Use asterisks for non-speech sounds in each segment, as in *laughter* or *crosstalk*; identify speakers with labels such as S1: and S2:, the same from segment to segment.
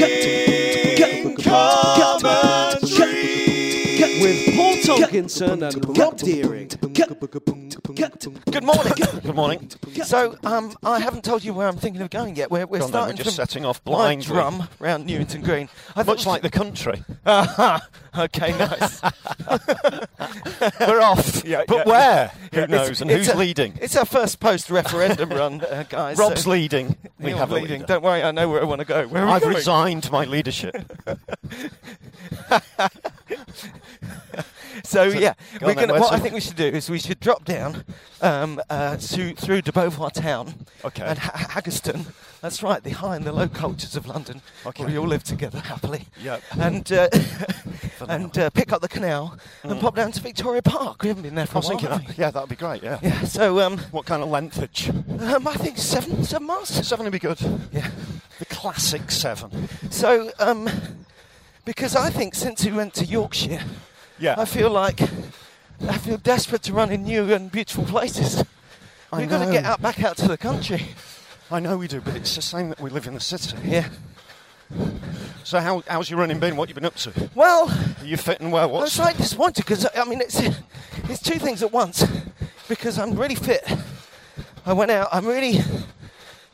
S1: Running commentary.
S2: with Paul Tolkinson and Rob Deering.
S3: *laughs*
S1: Good morning. Good morning. So, um, I haven't told you where I'm thinking of going yet. We're, we're
S3: Go on then,
S1: starting
S3: we're just
S1: from
S3: setting off
S1: my
S3: blindly.
S1: drum round Newington Green. I
S3: Much like the country.
S1: *laughs* Aha.
S3: *laughs*
S1: okay, nice.
S3: We're *laughs* off.
S1: Yeah,
S3: but
S1: yeah.
S3: where? Who
S1: It's-
S3: knows? and
S1: it's
S3: who's
S1: a-
S3: leading?
S1: It's our first post-referendum run, uh, guys.
S3: Rob's
S1: so- *laughs*
S3: leading. We
S1: Neil's
S3: have a
S1: leading.
S3: leader.
S1: Don't worry, I know where I want to go. Where are we
S3: I've
S1: going?
S3: resigned my
S1: *laughs*
S3: leadership.
S1: So,
S3: So,
S1: yeah,
S3: go on
S1: we're
S3: then,
S1: gonna,
S3: where's
S1: what I
S3: the-
S1: think we should do is we should drop down um, uh, to, through de Beauvoir town
S3: Okay.
S1: and ha- Haggerston. That's right, the high and the low cultures of London.
S3: Okay.
S1: Where we all live together happily.
S3: Yep.
S1: And uh, *laughs* and uh, pick up the canal and pop down to Victoria Park. We haven't been there for
S3: I
S1: a
S3: was
S1: while.
S3: thinking,
S1: have
S3: that, yeah, that'd be great. Yeah.
S1: we? Yeah. So um,
S3: What kind of lengthage?
S1: um, I think seven seven miles.
S3: Seven would be good.
S1: Yeah.
S3: The classic seven.
S1: So um, because I think since we went to Yorkshire,
S3: Yeah.
S1: I feel like I feel desperate to run in new and beautiful places.
S3: I
S1: We've got to
S3: know.
S1: get out back out to the country.
S3: I know we do, but it's the same that we live in the city.
S1: Yeah.
S3: So how, how's your running been? What you been up to?
S1: Well,
S3: Are you fit and well?
S1: I was
S3: What's
S1: slightly disappointed because I mean it's it's two things at once because I'm really fit. I went out. I'm really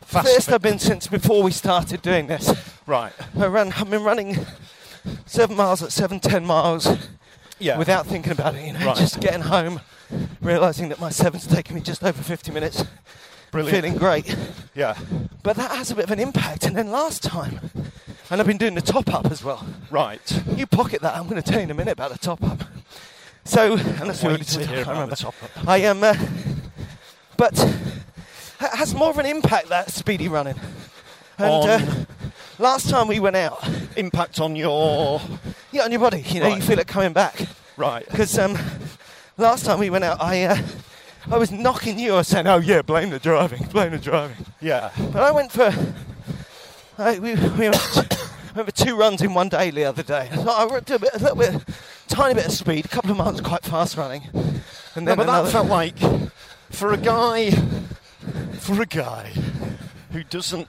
S3: fast?
S1: first
S3: fit?
S1: I've been since before we started doing this.
S3: Right.
S1: I ran. I've been running seven miles at seven ten miles
S3: Yeah.
S1: without thinking about it. You know,
S3: Right.
S1: just getting home, realizing that my seven's taken me just over 50 minutes.
S3: Brilliant.
S1: Feeling great.
S3: Yeah.
S1: But that has a bit of an impact. And then last time, and I've been doing the top up as well.
S3: Right.
S1: You pocket that. I'm going to tell you in a minute about the top up. So, unless you
S3: Wait
S1: already
S3: to
S1: said,
S3: hear
S1: I can't
S3: about
S1: remember.
S3: the top-up.
S1: I am, uh, but it has more of an impact that speedy running. And uh,
S3: On-
S1: last time we went out,
S3: Impact on your
S1: yeah, on your body, you know, you
S3: Right.
S1: feel it coming back.
S3: right.
S1: Because um, last time we went out, I, uh, I was knocking you. I was saying, oh yeah, blame the driving, blame the driving.
S3: Yeah.
S1: But I went for. I, we, we went, *coughs* went for two runs in one day the other day. I thought I would do a, bit, a little bit, tiny bit of speed, a couple of miles quite fast running,
S3: No,
S1: and then
S3: but
S1: another.
S3: that felt like for a guy, for a guy who doesn't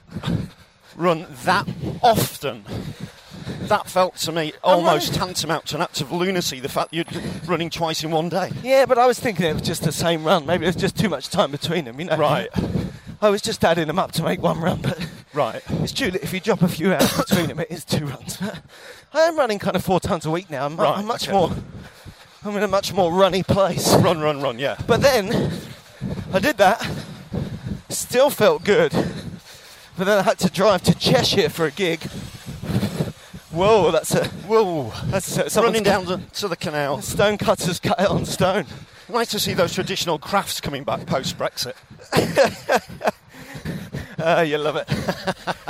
S3: run that often. That felt to me almost tantamount to an act of lunacy. The fact you're running twice in one day.
S1: yeah, but I was thinking it was just the same run. Maybe there's just too much time between them, you know.
S3: Right,
S1: I was just adding them up to make one run, but
S3: right.
S1: it's true that if you drop a few hours between them, it is two runs. But I am running kind of four times a week now. I'm, mu-
S3: Right,
S1: I'm much
S3: okay.
S1: more. I'm in a much more runny place.
S3: Run, run, run. Yeah.
S1: But then I did that, still felt good. But then I had to drive to Cheshire for a gig. Whoa, that's a
S3: Whoa!
S1: that's a, someone's
S3: Running down
S1: got-
S3: the, to the canal.
S1: Stone cutters cut it on stone.
S3: Nice to see those traditional crafts coming back post Brexit.
S1: Oh, you love it.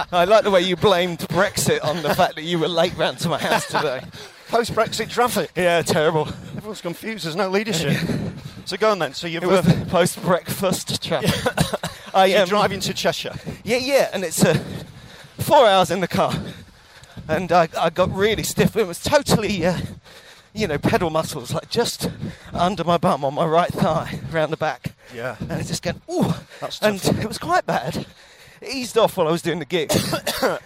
S1: *laughs* I like the way you blamed Brexit on the fact that you were late round to my
S3: *laughs*
S1: house today.
S3: Post Brexit traffic.
S1: yeah, terrible.
S3: Everyone's confused. There's no leadership. so go on then. So you've
S1: It was
S3: uh,
S1: post
S3: *laughs*
S1: breakfast traffic. I um,
S3: you're
S1: am
S3: driving to Cheshire.
S1: Yeah, yeah, and it's uh, four hours in the car. and I, I got really stiff. It was totally, uh, you know, pedal muscles, like just under my bum on my right thigh, round the back.
S3: Yeah.
S1: And I just going, ooh.
S3: That's
S1: and
S3: tough.
S1: it was quite bad. It eased off while I was doing the gig.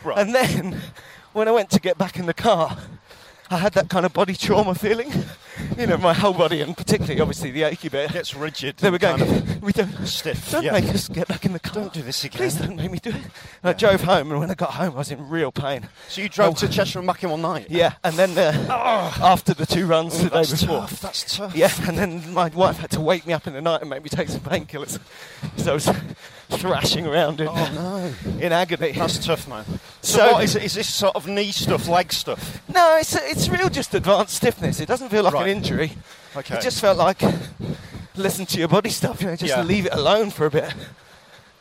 S3: Right.
S1: And then when I went to get back in the car, I had that kind of body trauma feeling. You know, my whole body, and particularly, obviously, the achy bit.
S3: Gets rigid.
S1: There we go.
S3: Kind of
S1: *laughs* we don't
S3: stiff,
S1: Don't
S3: yeah.
S1: make us get back in the car.
S3: Don't do this again.
S1: Please don't make me do it. And I drove home, and when I got home, I was in real pain.
S3: So you drove to Cheshire and back in one night?
S1: Oh. Yeah, and then uh,
S3: Ah.
S1: after the two runs the day
S3: That's
S1: before.
S3: tough. That's tough.
S1: Yeah, and then my wife had to wake me up in the night and make me take some painkillers. So I was thrashing around in,
S3: Oh no.
S1: in agony.
S3: That's tough, man. So,
S1: So-
S3: what is it? Is this sort of knee stuff, leg stuff?
S1: No, it's it's real just advanced stiffness. It doesn't feel like
S3: Right.
S1: an injury.
S3: Okay.
S1: It just felt like listen to your body stuff. You know, just
S3: Yeah.
S1: leave it alone for a bit.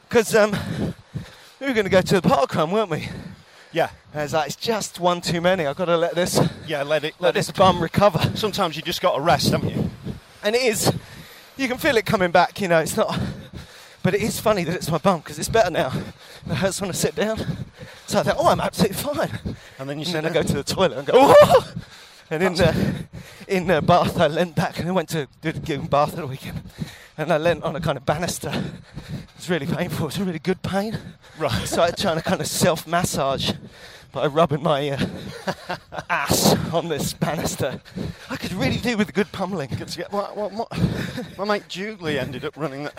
S1: Because um, we were going to go to the park run, weren't we?
S3: Yeah.
S1: And I was like, it's just one too many. I've got to let this
S3: Yeah. Let it.
S1: let
S3: Let it.
S1: this bum recover.
S3: Sometimes you just got to rest, haven't you?
S1: And it is. You can feel it coming back. You know, it's not. But it is funny that it's my bum because it's better now. It hurts when I sit down. So I thought, oh, I'm absolutely fine.
S3: And then you
S1: And
S3: sit
S1: then I
S3: down.
S1: go to the toilet and go, *laughs* oh! And in, uh, in uh, Bath, I leant back and I went to do the gig in Bath at the weekend. And I leant on a kind of banister. It's really painful. It's a really good pain.
S3: Right.
S1: So I trying to kind of self massage by rubbing my uh, ass on this banister. I could really do with a good pummeling.
S3: Good to get. Well, well, my, *laughs* my mate Julie ended up running a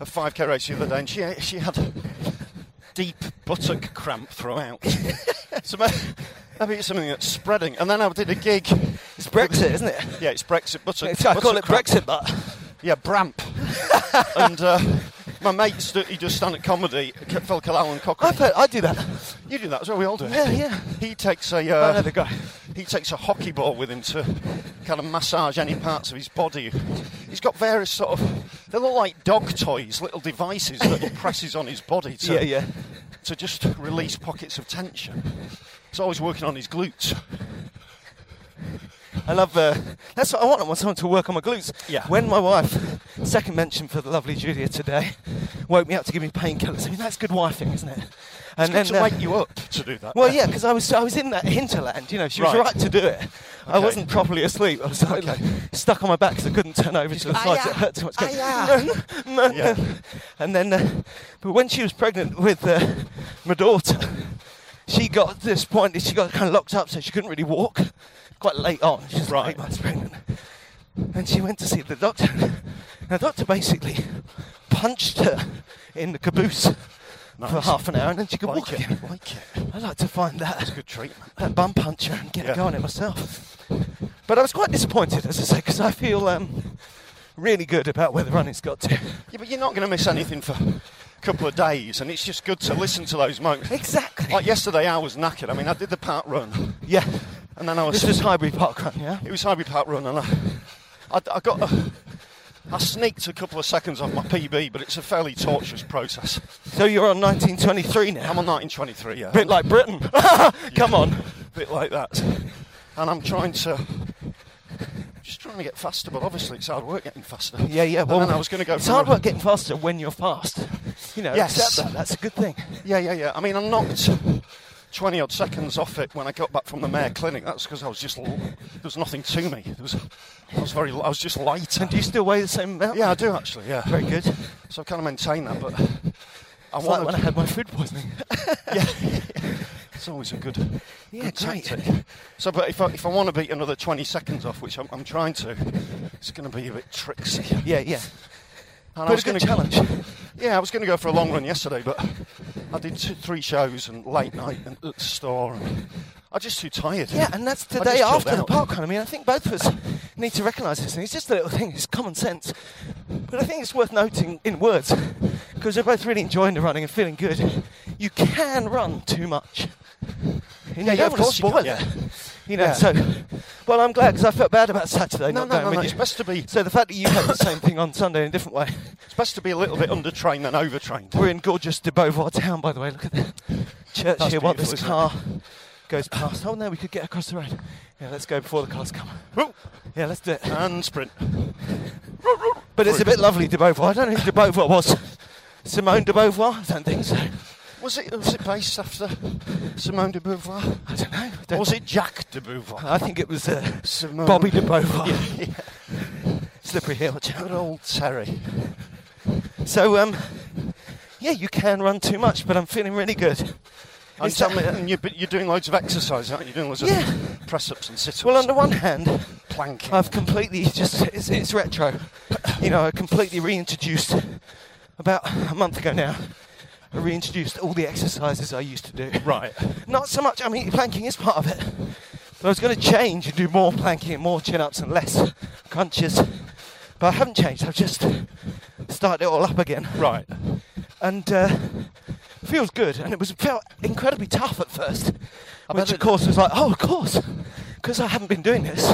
S3: a 5k race the other day, and she she had deep buttock cramp
S1: *laughs*
S3: throughout. so ma- maybe it's something that's spreading. And then I did a gig.
S1: It's Brexit, isn't it?
S3: Yeah, it's Brexit buttock.
S1: It's- I call
S3: buttock
S1: it
S3: cramp.
S1: Brexit, but
S3: Yeah,
S1: *laughs*
S3: Bramp. and uh, my mate stood, he does stand at comedy, a fellow called Alan Cochrane.
S1: I've heard, I do that.
S3: You do that as well, we all do.
S1: Yeah, yeah.
S3: He takes a
S1: I know
S3: uh,
S1: the guy.
S3: he takes a hockey ball with him to kind of massage any parts of his body. He's got various sort of they look like dog toys, little devices that he presses on his body to
S1: Yeah, yeah.
S3: to just release pockets of tension. He's always working on his glutes.
S1: I love. Uh, that's what I want. I want someone to work on my glutes.
S3: Yeah.
S1: When my wife, second mention for the lovely Julia today, woke me up to give me painkillers. I mean, that's good wifing, isn't it?
S3: And
S1: And
S3: then to
S1: uh,
S3: wake you up to do that.
S1: Well, yeah, because I was I was in that hinterland. You know, she was
S3: Right.
S1: right, to do it. I
S3: Okay.
S1: wasn't properly asleep. I was like, like, stuck on my back because I couldn't turn over to the side. 'cause It hurt too much. Going, *laughs* "No, no,
S3: Yeah.
S1: no." And then, uh, but when she was pregnant with uh, my daughter, she got to this point. that She got kind of locked up, so she couldn't really walk. Quite late on, she was
S3: Right.
S1: eight months pregnant, and she went to see the doctor. And the doctor basically punched her in the caboose for
S3: Nice.
S1: half an hour, and then she could walk
S3: like
S1: again.
S3: it, like it.
S1: I'd like to find that,
S3: Good treatment.
S1: that bum puncher and get
S3: Yeah.
S1: a go on it myself. But I was quite disappointed, as I say, because I feel um, really good about where the running's got to.
S3: Yeah, but you're not going to miss anything for a couple of days, and it's just good to listen to those moments.
S1: Exactly.
S3: Like yesterday, I was knackered. I mean, I did the part run,
S1: yeah.
S3: and then I was
S1: This was Highbury Park Run, yeah?
S3: It was Highbury Park Run, and I, I, I got, a, I sneaked a couple of seconds off my PB, but it's a fairly torturous process.
S1: So you're on 1923 now.
S3: I'm on 1923, yeah,
S1: A bit like *laughs* Britain. Come on.
S3: bit like that, and I'm trying to, just trying to get faster, but obviously it's hard work getting faster.
S1: Yeah, yeah.
S3: And
S1: Well,
S3: then I was going to go.
S1: It's
S3: for a
S1: hard
S3: run.
S1: work getting faster when you're fast. You know,
S3: Yes.
S1: accept that. That's a good thing.
S3: Yeah, yeah, yeah. I mean, I knocked 20 odd seconds off it when I got back from the Mayor Clinic. That's because I was just, l- there was nothing to me. There was, I was very, I was just light.
S1: And do you still weigh the same amount?
S3: Yeah, I do actually, yeah.
S1: Very good. It's
S3: So I've kind of maintained that, but I
S1: like
S3: want
S1: when I had my food poisoning. *laughs*
S3: It's always a good,
S1: Yeah,
S3: good
S1: great.
S3: tactic. So, but if I, if I want to beat another 20 seconds off, which I'm, I'm trying to, it's going to be a bit tricksy. And
S1: Yeah, yeah.
S3: I
S1: But
S3: was
S1: a good
S3: gonna-
S1: challenge.
S3: Yeah, I was going to go for a long run yesterday, but I did two, three shows and late night and at the store. And I'm just too tired.
S1: Yeah, and that's
S3: I
S1: the
S3: just
S1: day
S3: chilled
S1: after the
S3: out.
S1: park run. I mean, I think both
S3: *laughs*
S1: of us need to recognise this, and it's just a little thing. It's common sense, but I think it's worth noting in words because we're both really enjoying the running and feeling good. You can run too much. You
S3: yeah,
S1: know, you
S3: of
S1: don't want
S3: course
S1: to
S3: you
S1: spoil
S3: can,
S1: it.
S3: yeah.
S1: You know,
S3: Yeah.
S1: so well, I'm glad because I felt bad about Saturday
S3: No,
S1: not
S3: no,
S1: going
S3: no,
S1: with
S3: no,
S1: you.
S3: it's best to be-
S1: So the fact that you had the same thing on Sunday in a different way.
S3: It's best to be a little bit undertrained than overtrained.
S1: We're in gorgeous de Beauvoir town, by the way. Look at the church
S3: That's
S1: here. What this
S3: beautiful,
S1: car goes past. Oh no, we could get across the road. Yeah, let's go before the cars come.
S3: Woo!
S1: Yeah, let's do it.
S3: And sprint.
S1: But it's a bit lovely, de Beauvoir. I don't know who de Beauvoir was. Simone de Beauvoir? I don't think so.
S3: Was it, was it based after Simone de Beauvoir?
S1: I don't know.
S3: Or
S1: Don't-
S3: was it Jack de Beauvoir?
S1: I think it was uh,
S3: Simone.
S1: Bobby de Beauvoir.
S3: Yeah, yeah.
S1: Slippery Hill.
S3: Good old Terry.
S1: So, um, yeah, you can run too much, but I'm feeling really good.
S3: And
S1: Is
S3: tell me,
S1: that-
S3: and you're, but you're doing loads of exercise, aren't you? You're doing loads
S1: Yeah.
S3: of press ups and sit ups.
S1: Well, on the one hand,
S3: planking.
S1: I've completely *laughs* just, it's, it's retro. You know, I completely reintroduced, about a month ago now, I reintroduced all the exercises I used to do.
S3: right.
S1: Not so much, I mean, planking is part of it, but I was going to change and do more planking and more chin ups and less crunches. But I haven't changed, I've just started it all up again.
S3: Right.
S1: and uh, feels good. And it was felt incredibly tough at first,
S3: I bet
S1: which of
S3: it-
S1: course was like, oh, of course, because I haven't been doing this,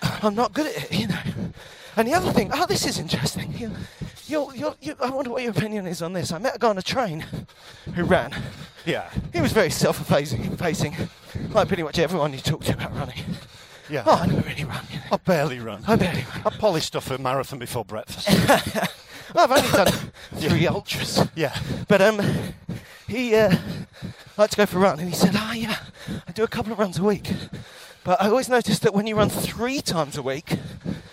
S1: *clears throat* I'm not good at it, you know. And the other thing, oh, this is interesting. You, you'll, you'll, you, I wonder what your opinion is on this. I met a guy on a train who ran.
S3: Yeah.
S1: He was very self-effacing, facing, like pretty much everyone you talk to about running.
S3: Yeah.
S1: Oh, I never really run. You know.
S3: I barely run.
S1: I barely run.
S3: I polished off a marathon before breakfast.
S1: Well, I've
S3: *laughs*
S1: only done three ultras.
S3: yeah.
S1: But um, he uh, liked to go for a run, and he said, "Ah, yeah, I do a couple of runs a week." But I always noticed that when you run three times a week,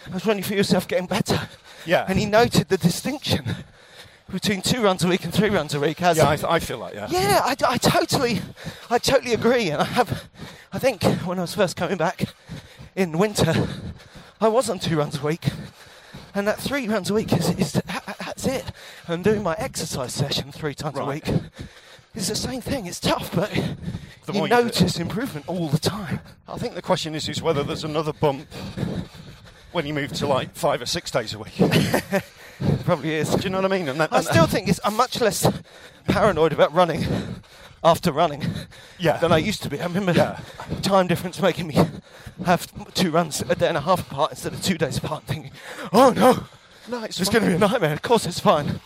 S1: that's when you feel yourself getting better.
S3: Yeah.
S1: And he noted the distinction between two runs a week and three runs a week. As
S3: Yeah, I, I feel like yeah.
S1: yeah, I, I totally, I totally agree. And I have, I think when I was first coming back in winter, I was on two runs a week, and that three runs a week is, is that, that's it. I'm doing my exercise session three times
S3: Right.
S1: a week. It's the same thing. It's tough, but
S3: The
S1: you
S3: more you do it.
S1: notice improvement all the time.
S3: I think the question is, is whether there's another bump when you move to like five or six days a week.
S1: It probably is.
S3: Do you know what I mean? And that,
S1: I
S3: and-
S1: still think it's, I'm much less paranoid about running after running
S3: Yeah.
S1: than I used to be. I remember
S3: Yeah.
S1: time difference making me have two runs a day and a half apart instead of two days apart, thinking, oh no,
S3: No, it's,
S1: it's going to be a nightmare. Of course it's fine.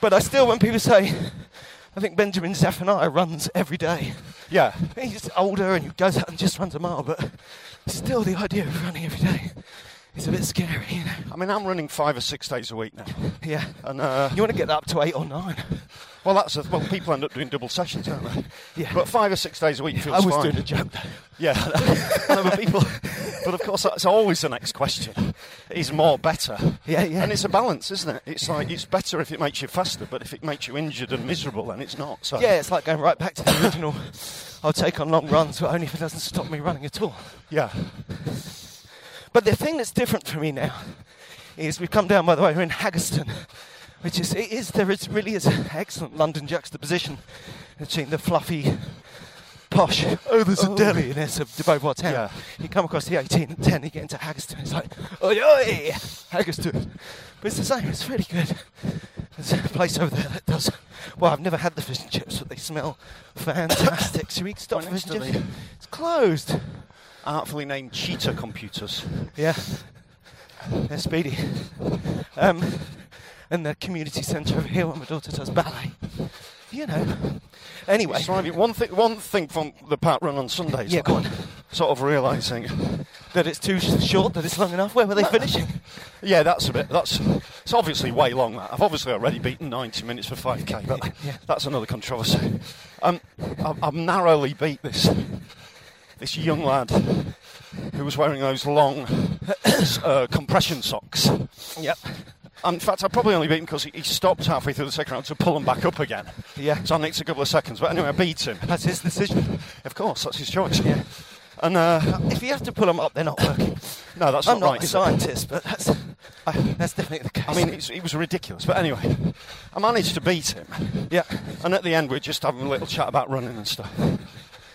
S1: But I still, when people say, I think Benjamin Zephaniah runs every day.
S3: Yeah.
S1: He's older and he goes out and just runs a mile, but still the idea of running every day is a bit scary, you know.
S3: I mean, I'm running five or six days a week now.
S1: Yeah.
S3: And uh,
S1: You want to get that up to eight or nine.
S3: well, that's a, well, people end up doing double sessions, don't they?
S1: Yeah.
S3: But five or six days a week feels
S1: I was
S3: fine.
S1: doing a joke though. *laughs*
S3: Yeah, no, but people. But of course, that's always the next question: is more better?
S1: Yeah, yeah.
S3: And it's a balance, isn't it? It's like it's better if it makes you faster, but if it makes you injured and miserable, then it's not. So
S1: Yeah, it's like going right back to the original. I'll take on long runs, but only if it doesn't stop me running at all.
S3: yeah,
S1: But the thing that's different for me now is we've come down, by the way, we're in Haggerston, which is, it is there is really is an excellent London juxtaposition between the fluffy, posh, oh, there's a deli in this of De Beauvoir town.
S3: Yeah.
S1: You come across the 18 and 10, you get into Haggerston, it's like, oi, oi, Haggerston. But it's the same, it's really good. There's a place over there that does, well, I've never had the fish and chips, but
S3: *coughs*
S1: they smell fantastic. Should we stop
S3: Right
S1: for fish and
S3: next to
S1: chips? It's closed.
S3: artfully named cheetah computers.
S1: Yeah, they're speedy. Um, and the community centre over here where my daughter does ballet. You know. Anyway,
S3: It's driving- one thing. One thing from the park run on Sundays.
S1: Yeah, go on.
S3: Sort of realizing.
S1: that it's too sh- short, that it's long enough. Where were they finishing?
S3: Yeah, that's a bit. That's it's obviously way long. That I've obviously already beaten 90 minutes for 5k, but
S1: Yeah.
S3: that's another controversy. Um, I- I've narrowly beat this this young lad who was wearing those long uh, compression socks.
S1: Yep.
S3: And in fact, I probably only beat him because he, he stopped halfway through the second round to pull them back up again.
S1: Yeah.
S3: So I nicked a couple of seconds, but anyway, I beat him.
S1: That's his decision.
S3: Of course, that's his choice. Yeah. And uh,
S1: If you have to pull them up, they're not working.
S3: no, that's
S1: I'm
S3: not
S1: not
S3: right.
S1: a
S3: is it?
S1: scientist, but that's, I, that's definitely the case.
S3: I mean, it's, it was ridiculous. But anyway, I managed to beat him.
S1: yeah.
S3: And at the end, we're just having a little chat about running and stuff.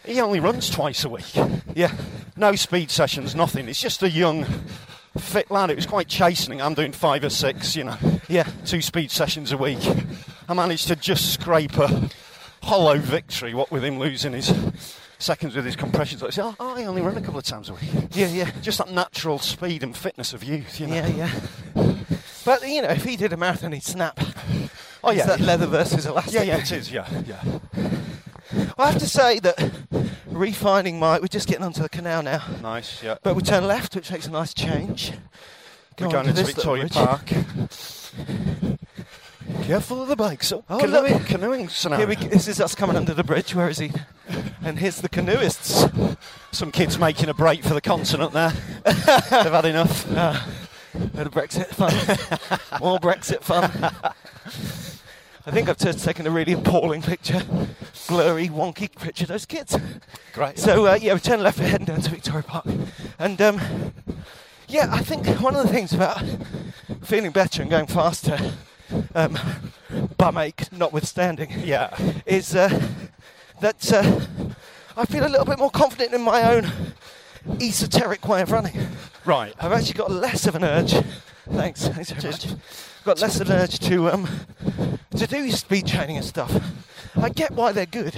S3: He only runs twice a week.
S1: Yeah.
S3: No speed sessions, nothing. It's just a young, fit lad. It was quite chastening. I'm doing five or six, you know,
S1: Yeah.
S3: two speed sessions a week. I managed to just scrape a hollow victory, what with him losing his seconds with his compressions. I said, oh, I only run a couple of times a week.
S1: Yeah, yeah.
S3: Just that natural speed and fitness of youth, you know.
S1: Yeah, yeah. But, you know, if he did a marathon, he'd snap.
S3: Oh,
S1: It's
S3: yeah.
S1: that leather versus elastic.
S3: yeah, yeah, it is, yeah, yeah.
S1: I have to say that refining my. We're just getting onto the canal now.
S3: Nice, yeah.
S1: But we turn left, which makes a nice change.
S3: We're
S1: Go on
S3: going
S1: to
S3: into
S1: this little
S3: Victoria
S1: bridge.
S3: Park. Careful of the bikes. Oh,
S1: look.
S3: canoeing scenario.
S1: Here we, this is us coming under the bridge. Where is he? and here's the canoeists.
S3: Some kids making a break for the continent there. *laughs* They've had enough.
S1: Bit of
S3: *laughs*
S1: Brexit fun. More Brexit fun. I think I've just taken a really appalling picture, blurry, wonky picture of those kids.
S3: Great.
S1: So uh, yeah, we turn left, we're heading down to Victoria Park, and um, yeah, I think one of the things about feeling better and going faster, um, bum ache notwithstanding,
S3: yeah.
S1: is uh, that uh, I feel a little bit more confident in my own esoteric way of running.
S3: Right.
S1: I've actually got less of an urge. Thanks. Thanks very much. Got less of an urge to um to do speed training and stuff. I get why they're good,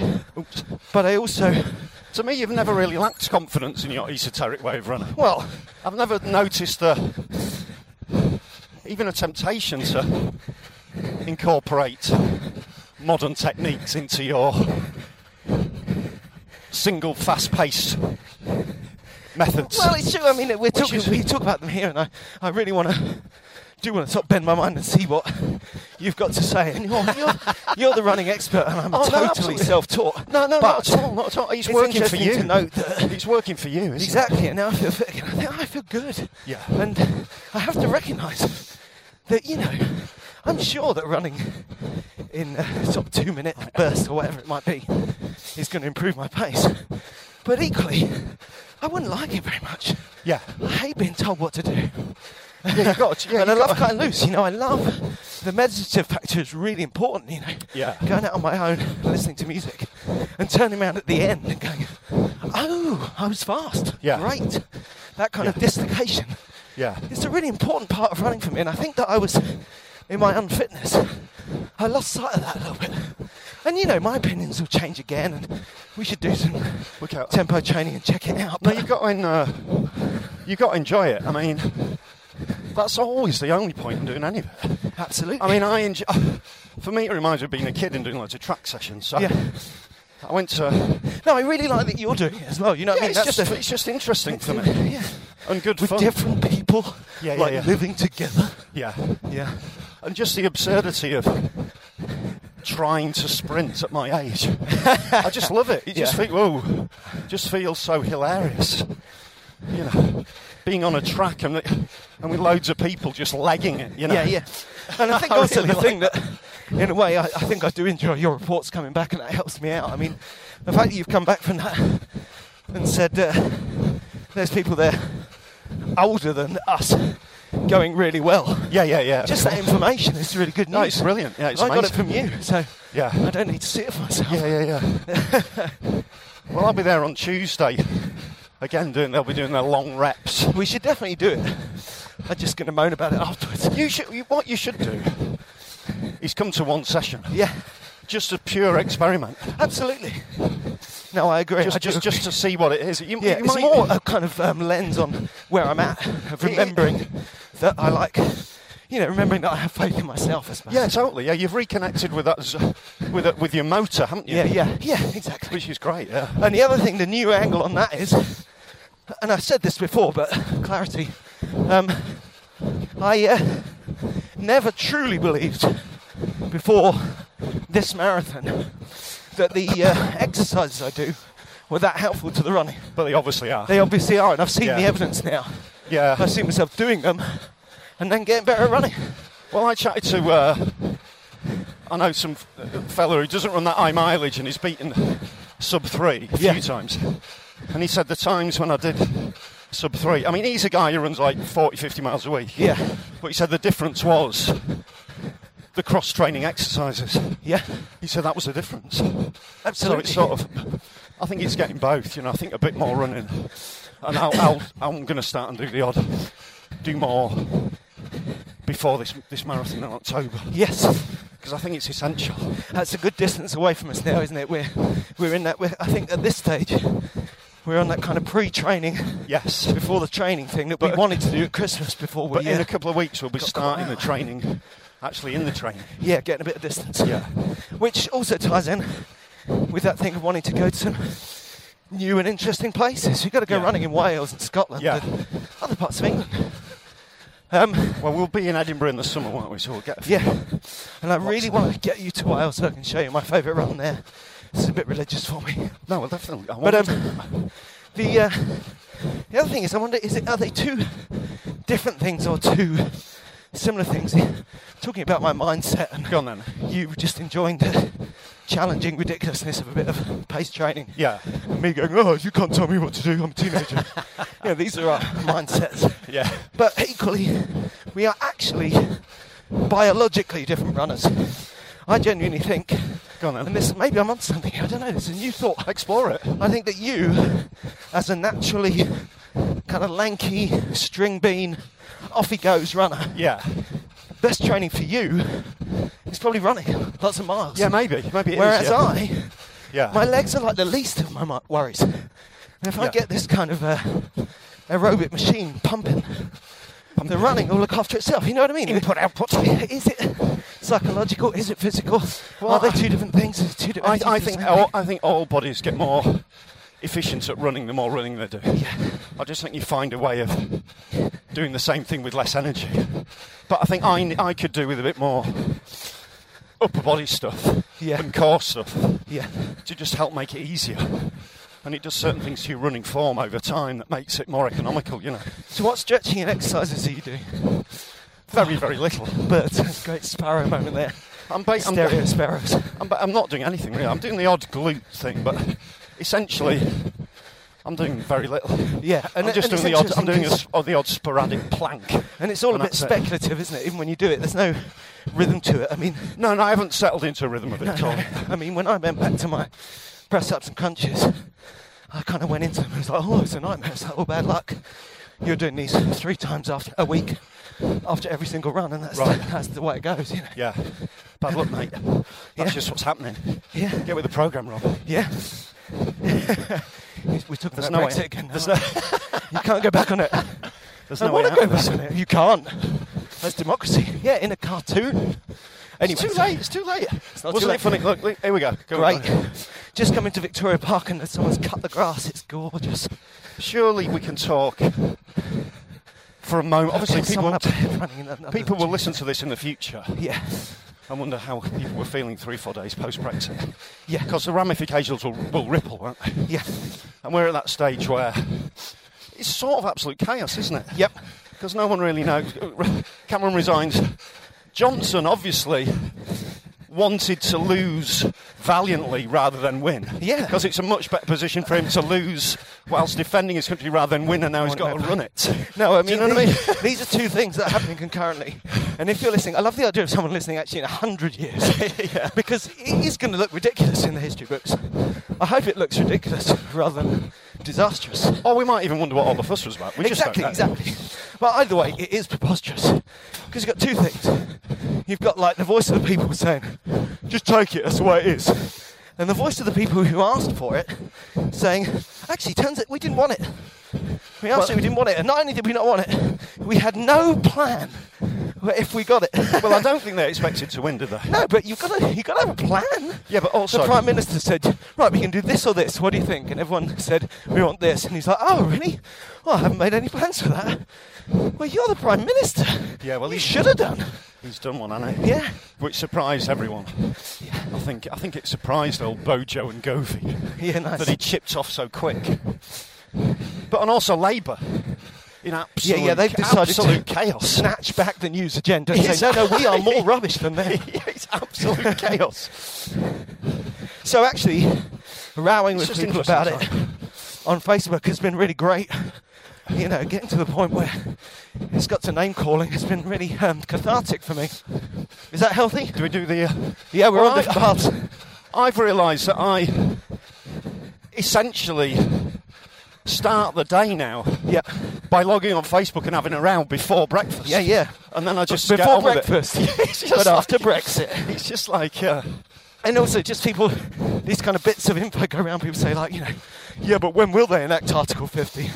S1: but I also
S3: To me, you've never really lacked confidence in your esoteric way of running.
S1: well
S3: I've never noticed a, even a temptation to incorporate modern techniques into your single fast-paced methods.
S1: Well, it's true. I mean, we're talking,
S3: is-
S1: we talk about them here, and I, I really want to do want to sort of bend my mind and see what you've got to say. And you're, you're, you're the running expert, and I'm
S3: Oh, no,
S1: totally
S3: absolutely.
S1: self-taught. No, no,
S3: But not
S1: not
S3: at all, not at all. He's
S1: It's
S3: working for
S1: interesting
S3: you.
S1: to note that-
S3: He's working for you, isn't he?
S1: Exactly, and now I feel fit again. I think I feel good.
S3: Yeah.
S1: And I have to recognise that, you know, I'm sure that running in a sort of two minute burst or whatever it might be is going to improve my pace. But equally, I wouldn't like it very much.
S3: Yeah.
S1: I hate being told what to do.
S3: Yeah, you've got to- yeah,
S1: *laughs* and I
S3: you've
S1: love
S3: got to-
S1: cutting loose, you know, I love the meditative factor is really important, you know.
S3: Yeah.
S1: Going out on my own, listening to music, and turning around at the end and going, Oh, I was fast.
S3: Yeah.
S1: Great. That kind of
S3: Yeah.
S1: dislocation.
S3: Yeah.
S1: It's a really important part of running for me, and I think that I was in my unfitness. I lost sight of that a little bit. And you know, my opinions will change again and we should do some
S3: Look out.
S1: tempo training and check it out.
S3: No, you've got to. en- Uh, you've got to enjoy it. I mean, that's always the only point in doing any of it.
S1: absolutely.
S3: I mean, I enjoy. For me, it reminds me of being a kid and doing loads of track sessions. So
S1: Yeah.
S3: I went to.
S1: No, I really like that you're doing it as well. You know what
S3: Yeah,
S1: I mean?
S3: it's, just,
S1: the-
S3: it's just interesting for *laughs*
S1: Yeah,
S3: me
S1: yeah.
S3: and good
S1: With
S3: fun.
S1: different people,
S3: Yeah, yeah,
S1: like
S3: yeah.
S1: living together.
S3: Yeah,
S1: Yeah.
S3: and just the absurdity of trying to sprint at my age. I just love it. You just
S1: Yeah.
S3: think, whoa, just feels so hilarious. You know, being on a track and and with loads of people just legging it. You know.
S1: Yeah, yeah. And *laughs* I think
S3: I
S1: also
S3: really
S1: the thing that, in a way, I, I think I do enjoy your reports coming back, and that helps me out. I mean, the fact that you've come back from that and said uh, there's people there older than us going really well.
S3: Yeah, yeah, yeah.
S1: Just that information is really good news.
S3: No, it's brilliant. Yeah, it's
S1: I got it
S3: amazing.
S1: from you, so
S3: Yeah.
S1: I don't need to see it for myself.
S3: Yeah, yeah, yeah. *laughs* well, I'll be there on Tuesday. Again, doing they'll be doing their long reps.
S1: We should definitely do it. I'm just going to moan about it afterwards.
S3: You should. You, what you should do is come to one session,
S1: Yeah,
S3: just a pure experiment,
S1: absolutely. No, I agree. I
S3: just
S1: do
S3: just,
S1: agree.
S3: just to see what it is. You,
S1: Yeah,
S3: you
S1: it's
S3: might-
S1: more a kind of um, lens on where I'm at, of remembering that I like, you know, remembering that I have faith in myself as much.
S3: Yeah, totally. Yeah, you've reconnected with that, z- with a, with your motor, haven't you?
S1: yeah, yeah, yeah, exactly.
S3: Which is great. Yeah.
S1: And the other thing, the new angle on that is, and I've said this before, but clarity, um, I uh, never truly believed before this marathon that the uh, exercises I do were that helpful to the running.
S3: But they obviously are.
S1: They obviously are, and I've seen
S3: Yeah.
S1: the evidence now.
S3: yeah.
S1: I see myself doing them and then getting better at running.
S3: Well, I chatted to, uh, I know some f- uh, fella who doesn't run that high mileage and he's beaten sub three a
S1: Yeah.
S3: few times. And he said the times when I did sub three, I mean, he's a guy who runs like 40, 50 miles a week.
S1: Yeah.
S3: But he said the difference was the cross training exercises.
S1: Yeah,
S3: He said that was the difference. So
S1: absolutely.
S3: it's sort of, *laughs* I think it's getting both, you know, I think a bit more running. And I'll, I'll, I'm going to start and do the odd, do more before this, this marathon in October
S1: yes,
S3: because I think it's essential.
S1: that's a good distance away from us now, isn't it? We're we're in that. We're, I think at this stage we're on that kind of pre-training
S3: Yes.
S1: before the training thing that we
S3: But-
S1: wanted to do at Christmas before we
S3: But in
S1: uh,
S3: a couple of weeks, we'll be
S1: Got
S3: starting the
S1: quite-
S3: training, actually in the training.
S1: yeah getting a bit of distance.
S3: Yeah.
S1: which also ties in with that thing of wanting to go to some new and interesting places. You've got to go
S3: Yeah.
S1: running in Wales and Scotland
S3: Yeah.
S1: and other parts of England. Um,
S3: Well, we'll be in Edinburgh in the summer, won't we? So we'll get a few.
S1: Yeah, and I really want to get you to Wales so I can show you my favourite run there. This is a bit religious for me.
S3: No, well, definitely. I
S1: But
S3: want-
S1: um, the uh, the other thing is, I wonder, is it are they two different things or two similar things? Talking about my mindset and
S3: Go on then.
S1: you just enjoying the challenging ridiculousness of a bit of pace training.
S3: Yeah.
S1: And me going, oh, you can't tell me what to do. I'm
S3: *laughs*
S1: a teenager. yeah, these are our mindsets.
S3: Yeah.
S1: But equally, we are actually biologically different runners. I genuinely think,
S3: Go on then.
S1: and this maybe I'm onto something. here, I don't know. This is a new thought.
S3: Explore it.
S1: I think that you, as a naturally kind of lanky string bean, off he goes runner,
S3: Yeah.
S1: best training for you is probably running lots of miles.
S3: Yeah, maybe. Maybe it is,
S1: Whereas
S3: yeah.
S1: I,
S3: Yeah.
S1: my legs are like the least of my mi- worries. And if I
S3: Yeah.
S1: get this kind of uh, aerobic machine pumping, the running will look after itself. You know what I mean? Input, output. Is it psychological? Is it physical?
S3: Well,
S1: are
S3: I-
S1: they two different things? Is it two different
S3: I, I think
S1: things?
S3: all, I think all bodies get more efficient at running the more running they do. I just think you find a way of doing the same thing with less energy. But I think I, n- I could do with a bit more upper body stuff
S1: Yeah.
S3: and core stuff
S1: Yeah.
S3: to just help make it easier. And it does certain things to your running form over time that makes it more economical, you know.
S1: So what stretching and exercises are you doing?
S3: Very, very little. *laughs*
S1: But great sparrow moment *laughs* there.
S3: I'm, ba- I'm,
S1: Stereo sparrows.
S3: I'm, ba- I'm not doing anything really. I'm doing the odd glute thing, but essentially, I'm doing very little.
S1: Yeah,
S3: and
S1: and
S3: I'm just
S1: and
S3: doing the
S1: it's
S3: odd. I'm
S1: interesting
S3: doing a,
S1: 'cause-
S3: s- or the odd sporadic plank.
S1: and it's all a
S3: and
S1: bit
S3: that's it.
S1: speculative, is isn't it? Even when you do it, there's no rhythm to it. I mean, *laughs*
S3: No, no, I haven't settled into a rhythm of it at all.
S1: I mean, when I went back to my press ups and crunches, I kind of went into them and was like, oh, it's a nightmare. It's like, oh, bad luck. You're doing these three times after a week, after every single run, and that's
S3: Right.
S1: that's the way it goes. You know?
S3: Yeah, bad luck, mate. That's
S1: Yeah.
S3: just what's happening.
S1: Yeah.
S3: Get with the program, Rob.
S1: Yeah. *laughs* we took
S3: There's
S1: that
S3: no way-
S1: Brexit again. now,
S3: there's
S1: aren't we? you can't go back on
S3: *laughs*
S1: it. *laughs*
S3: There's
S1: I
S3: no way
S1: want to
S3: out.
S1: go back on it. You can't. That's democracy. Yeah, in a cartoon. Anyway,
S3: It's too late. It's too late.
S1: not
S3: Wasn't
S1: too
S3: it funny? Look, look, here we go. Go on.
S1: Great. Just come into Victoria Park and someone's cut the grass. It's gorgeous.
S3: Surely we can talk for a moment. Obviously,
S1: There's
S3: people
S1: someone up there running in another-
S3: people will listen to this in the future.
S1: Yeah.
S3: I wonder how people were feeling three, four days post Brexit.
S1: Yeah.
S3: Because the ramifications will, will ripple, won't they?
S1: Yeah.
S3: And we're at that stage where it's sort of absolute chaos, isn't it?
S1: Yep.
S3: Because no one really knows. Cameron resigns. Johnson obviously wanted to lose valiantly rather than win.
S1: Yeah.
S3: Because it's a much better position for him to lose whilst defending his country rather than win, and now he's
S1: Well,
S3: got to run it.
S1: *laughs* No, I mean,
S3: Do you know what I mean?
S1: these, these are two things that are happening concurrently. And if you're listening, I love the idea of someone listening actually in 100 *laughs* years. Because it is going to look ridiculous in the history books. I hope it looks ridiculous rather than disastrous.
S3: Or we might even wonder what all the fuss was about. We just
S1: exactly,
S3: don't know.
S1: exactly. Well, either way, it is preposterous because you've got two things. You've got like the voice of the people saying, "Just take it, that's the way it is," and the voice of the people who asked for it saying, "Actually, turns out we didn't want it. We asked it, we didn't want it, and not only did we not want it, we had no plan if we got it."
S3: Well, I don't think they're expected to win, do they?
S1: No, but you've got to you've got to have a plan.
S3: Yeah, but also-
S1: the prime minister said, "Right, we can do this or this. What do you think?" And everyone said, "We want this." And he's like, "Oh, really? Well, I haven't made any plans for that." Well, you're the prime minister.
S3: Yeah, well,
S1: you
S3: he-
S1: should have done.
S3: He's done one, hasn't he?
S1: Yeah,
S3: Which surprised everyone. I think I think it surprised old Bojo and Govey
S1: yeah, nice.
S3: that he chipped off so quick. But and also Labour in
S1: yeah,
S3: absolute
S1: yeah, they've decided *laughs*
S3: absolute
S1: to
S3: chaos.
S1: snatch back the news agenda and
S3: Yes.
S1: say, "No, no, we are more rubbish
S3: *laughs*
S1: than them."
S3: *laughs* it's absolute *laughs* chaos.
S1: So actually, rowing
S3: It's
S1: with
S3: just interesting
S1: people about it *laughs* on Facebook has been really great. You know, getting to the point where it's got to name calling has been really um, cathartic for me. Is that healthy?
S3: Do we do the? Uh,
S1: Yeah, we're
S3: well,
S1: *laughs* on the
S3: I-
S1: path.
S3: I've realised that I essentially start the day now
S1: Yeah,
S3: by logging on Facebook and having a round before breakfast.
S1: yeah, yeah.
S3: And then I just get
S1: Before
S3: on with it. *laughs*
S1: breakfast,
S3: It's just
S1: but
S3: like-
S1: after Brexit.
S3: It's just like, uh,
S1: And also, just people, these kind of bits of info go around. People say, like, you know, yeah, but when will they enact Article 50?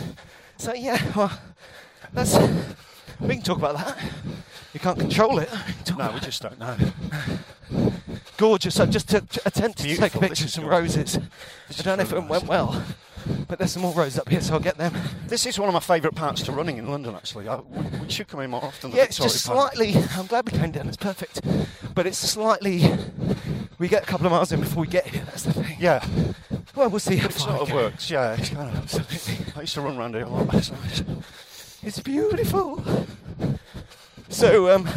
S1: So, yeah, well, that's, we can talk about that. You can't control it. We can talk
S3: no,
S1: about
S3: we just don't know.
S1: gorgeous. I just t- t- attempted to take
S3: Beautiful. This
S1: pictures of
S3: is
S1: some
S3: gorgeous.
S1: roses. I don't know if
S3: really
S1: it went
S3: nice.
S1: well, but there's some more roses up here, so I'll get them.
S3: This is one of my favourite parts to running in London, actually. I, we, we should come in more often. than
S1: Yeah, it's
S3: Victoria
S1: just
S3: Park.
S1: slightly. I'm glad we came down. It's perfect, but it's slightly we get a couple of miles in before we get here. That's the thing.
S3: Yeah,
S1: Well, we'll see how
S3: it sort
S1: far we
S3: of
S1: get.
S3: works. Yeah, it's kind of. I used to run around here a lot. but It's nice.
S1: It's beautiful. So, um,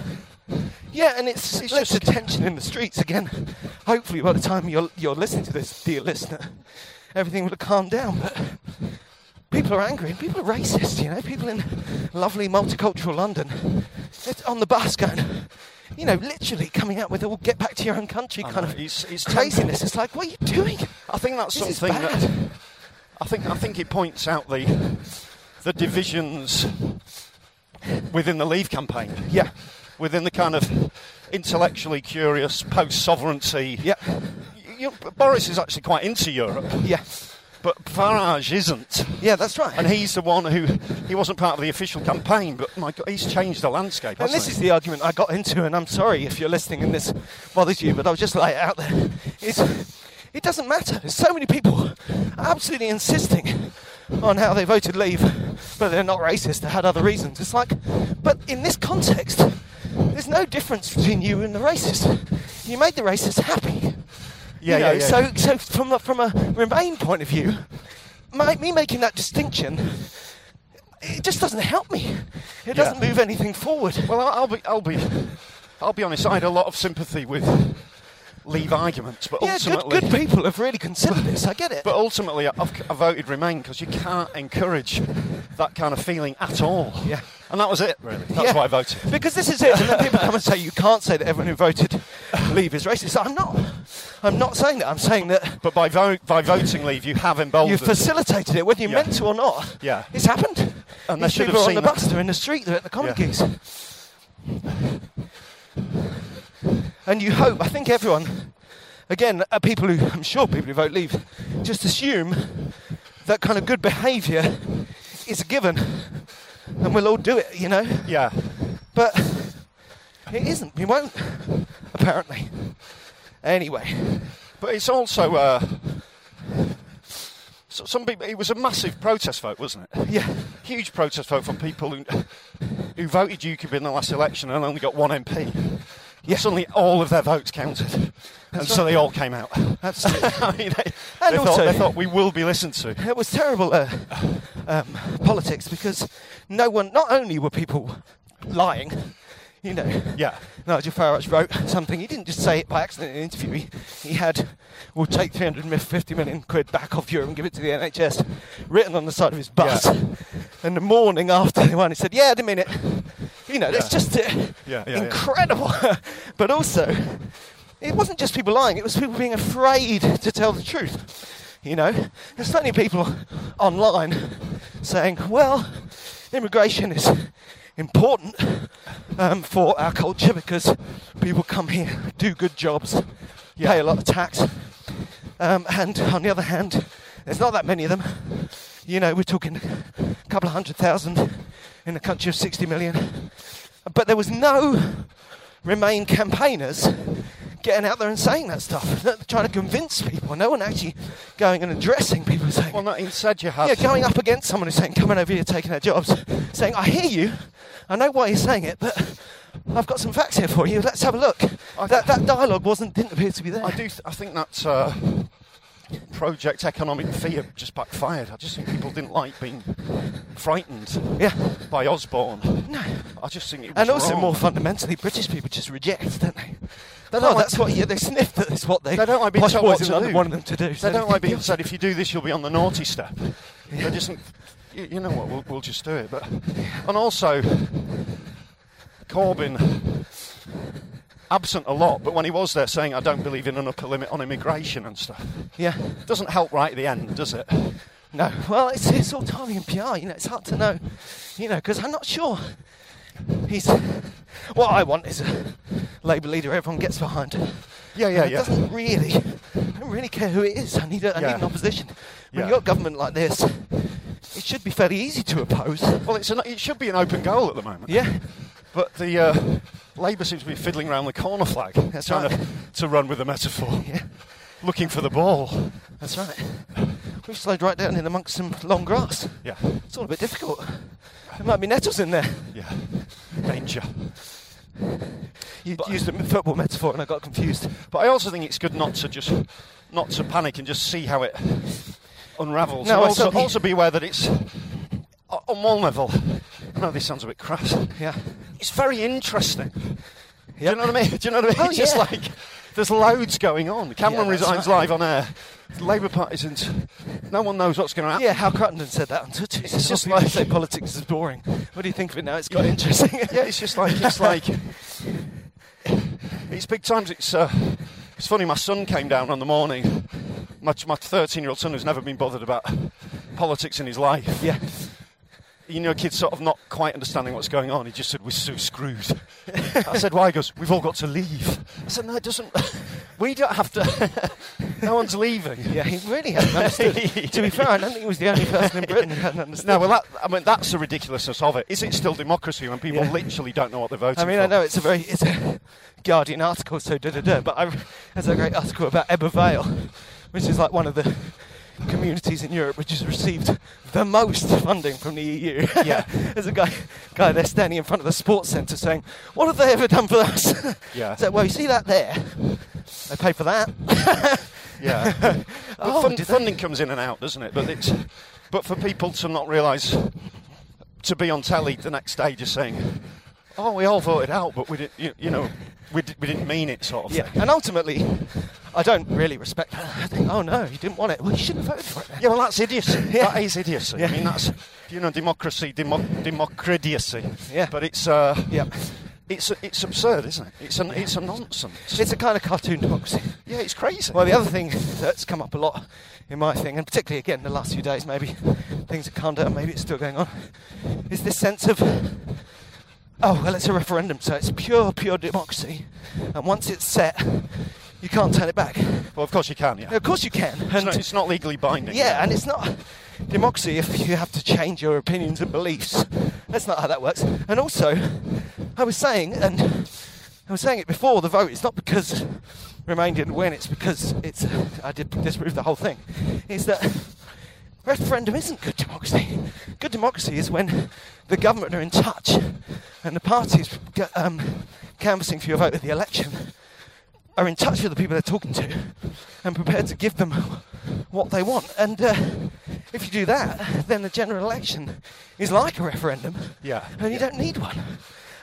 S1: yeah, and it's it's just attention in the streets again. Hopefully, by the time you're you're listening to this, dear listener, everything will have calmed down. But people are angry and people are racist. You know, people in lovely multicultural London, it's on the bus going, you know, literally coming out with all "get back to your own country"
S3: I
S1: kind
S3: know,
S1: of
S3: it's- it's
S1: craziness. It's like, what are you doing?
S3: I think that's
S1: This is
S3: something that
S1: bad.
S3: I think I think it points out the the divisions within the Leave campaign.
S1: Yeah,
S3: within the kind of intellectually curious post-sovereignty.
S1: yeah,
S3: You know, Boris is actually quite into Europe,
S1: yeah,
S3: but Farage isn't.
S1: yeah. That's right.
S3: And he's the one who he wasn't part of the official campaign, but my God, he's changed the landscape.
S1: And
S3: hasn't
S1: this
S3: he?
S1: is the argument I got into, and I'm sorry if you're listening and this bothers you, but I'll just lay it out there. It's, it doesn't matter. There's so many people absolutely insisting on how they voted leave, but they're not racist, they had other reasons. It's like, but in this context, there's no difference between you and the racist. You made the racist happy.
S3: yeah,
S1: You
S3: yeah,
S1: know,
S3: yeah.
S1: So, so from a, from a Remain point of view, my, me making that distinction, it just doesn't help me. It doesn't move anything forward.
S3: Well, I- I'll be, I'll be, I'll be honest. I had a lot of sympathy with Leave arguments, but
S1: Yeah, good,
S3: ultimately,
S1: good people have really considered this. I get it.
S3: Oh, but ultimately, I've, I voted Remain because you can't encourage that kind of feeling at all.
S1: Yeah.
S3: and that was it. Really, that's
S1: Yeah.
S3: why I voted.
S1: Because this is it. And then people come and say, you can't say that everyone who voted Leave is racist. I'm not. I'm not saying that. I'm saying that
S3: But by, vo- by voting Leave, you have emboldened.
S1: you've facilitated it, whether you
S3: Yeah.
S1: meant to or not.
S3: Yeah.
S1: It's happened.
S3: And they
S1: These
S3: should
S1: people
S3: have
S1: are on the
S3: seen that.
S1: bus, they're in the street, they're at the comic
S3: Yeah.
S1: gigs. And you hope, I think everyone, again, uh, people who, I'm sure people who vote leave, just assume that kind of good behaviour is a given and we'll all do it, you know?
S3: yeah,
S1: But it isn't. We won't, apparently. Anyway,
S3: but it's also. Uh, so some people, it was a massive protest vote, wasn't it?
S1: yeah,
S3: Huge protest vote from people who, who voted UKIP in the last election and only got one MP.
S1: Yeah.
S3: Suddenly, all of their votes counted, and so they all came out. *laughs*
S1: absolutely.
S3: I mean, they,
S1: And
S3: they thought,
S1: also-
S3: they thought we will be listened to.
S1: It was terrible uh, um, politics because no one, not only were people lying, you know.
S3: Yeah.
S1: Nigel Farage wrote something. He didn't just say it by accident in an interview. He, he had, we'll take 350 million quid back off you and give it to the NHS, written on the side of his bus.
S3: Yeah.
S1: And the morning after they won, he said, Yeah, I didn't mean it. You know, it's
S3: Yeah.
S1: just uh,
S3: Yeah, yeah, yeah.
S1: incredible. *laughs* but also, it wasn't just people lying, it was people being afraid to tell the truth. You know, there's plenty of people online saying, well, immigration is important um, for our culture because people come here, do good jobs, pay a lot of tax. Um, and on the other hand, there's not that many of them. You know, we're talking a couple of hundred thousand in a country of 60 million. But there was no Remain campaigners getting out there and saying that stuff, not trying to convince people. No one actually going and addressing people saying,
S3: Well, no, instead you had
S1: yeah, going up against someone who's saying, coming over here, taking our jobs, saying, I hear you, I know why you're saying it, but I've got some facts here for you, let's have a look. That, that dialogue wasn't, didn't appear to be there.
S3: I do. Th- I think that uh, Project Economic Fear just backfired. I just think people didn't like being frightened
S1: Yeah.
S3: by Osborne. No, I just think it was
S1: And also,
S3: wrong.
S1: more fundamentally, British people just reject, don't they? They
S3: don't like
S1: that's what, yeah, they sniff that it's what they,
S3: They don't like being
S1: posh
S3: told what
S1: boys in
S3: to
S1: London
S3: do.
S1: wanted them to do. so
S3: They don't
S1: *laughs*
S3: like being
S1: think,
S3: said if you do this, you'll be on the naughty step. They just think, "Y- you know what, we'll, we'll just do it. But and also, Corbyn absent a lot, but when he was there, saying I don't believe in an upper limit on immigration and stuff,
S1: Yeah.
S3: doesn't help right at the end, does it?
S1: No. Well, it's, it's all timing and PR. You know, it's hard to know. You know, because I'm not sure. He's. What I want is a Labour leader everyone gets behind.
S3: Yeah, yeah,
S1: And It
S3: yeah.
S1: doesn't really. I don't really care who it is. I need. A, I
S3: Yeah.
S1: need an opposition.
S3: Yeah.
S1: When you've got government like this, it should be fairly easy to oppose.
S3: Well, it's an, it should be an open goal at the moment.
S1: Yeah.
S3: But the uh, Labour seems to be fiddling around the corner flag,
S1: That's
S3: trying
S1: right.
S3: to, to run with the metaphor,
S1: Yeah.
S3: looking for the ball.
S1: That's right. We've slowed right down in amongst some long grass.
S3: Yeah,
S1: It's all a bit difficult. There might be nettles in there.
S3: yeah. Danger.
S1: You used a m- football metaphor and I got confused.
S3: But I also think it's good not to just not to panic and just see how it unravels.
S1: No,
S3: and
S1: I
S3: also,
S1: certainly-
S3: also be aware that it's o- on one level. I know this sounds a bit crass.
S1: Yeah.
S3: It's very interesting. Do
S1: Yep.
S3: you know what I mean? *laughs* Do you know what I mean?
S1: Oh,
S3: it's just
S1: yeah.
S3: like there's loads going on. Cameron
S1: Yeah, that's
S3: resigns
S1: right.
S3: live on air. Labour Party's in. No one knows what's going to happen.
S1: Yeah, Hal Cruttendon said that on Twitter. He
S3: *laughs*
S1: said,
S3: It's just
S1: "People
S3: like-
S1: say politics is boring. What do you think of it now? It's quite interesting.
S3: *laughs* yeah, it's just like
S1: *laughs*
S3: it's like it's big times. It's uh, it's funny. My son came down on the morning. My my 13 year old son who's never been bothered about politics in his life.
S1: yeah.
S3: You know, kids sort of not quite understanding what's going on. He just said, "We're so screwed." I said, "Why?" He goes, "We've all got to leave." I said, "No, it doesn't. We don't have to. no one's leaving."
S1: Yeah, he really
S3: *laughs*
S1: hadn't understood. to be fair, I don't think he was the only person in Britain who hadn't understood.
S3: No, well, that, I mean, that's the ridiculousness of it. Is it still democracy when people
S1: Yeah.
S3: literally don't know what they're voting
S1: I mean,
S3: for?
S1: I know it's a very it's a Guardian article, so da da da. But I, there's a great article about Ebervale, which is like one of the communities in Europe which has received the most funding from the EU.
S3: Yeah.
S1: *laughs* there's a guy guy there standing in front of the sports centre saying, "What have they ever done for us?"
S3: *laughs* Yeah.
S1: So well, you see that there. They pay for that.
S3: Yeah. but
S1: Oh,
S3: fun,
S1: did they?
S3: funding comes in and out, doesn't it? But it's but for people to not realise to be on telly the next day just saying, "Oh, we all voted out, but we didn't," you, you know, we, di- we didn't mean it," sort of
S1: Yeah.
S3: thing.
S1: And ultimately, I don't really respect that. I think, oh no, you didn't want it. Well, you shouldn't vote for it. then."
S3: Yeah, well, that's idiocy.
S1: *laughs* Yeah.
S3: That is idiocy.
S1: Yeah.
S3: I mean, that's you know, democracy, demo- democracy.
S1: Yeah.
S3: But it's uh,
S1: Yeah.
S3: it's it's absurd, isn't it? It's an it's a nonsense.
S1: It's a kind of cartoon democracy.
S3: yeah, it's crazy.
S1: Well, the other thing that's come up a lot in my thing, and particularly again the last few days, maybe things have calmed down, maybe it's still going on, is this sense of, oh, well, it's a referendum, so it's pure, pure democracy. And once it's set, you can't turn it back.
S3: Well, of course you can. Yeah.
S1: Of course you can.
S3: It's
S1: And
S3: not, it's not legally binding.
S1: yeah, and it's not democracy if you have to change your opinions and beliefs. That's not how that works. And also, I was saying, and I was saying it before the vote, it's not because Remain didn't win, it's because it's I did disprove the whole thing. Is that referendum isn't good democracy. Good democracy is when the government are in touch and the parties um, canvassing for your vote at the election are in touch with the people they're talking to and prepared to give them what they want. And uh, if you do that, then the general election is like a referendum.
S3: Yeah.
S1: And you don't need one.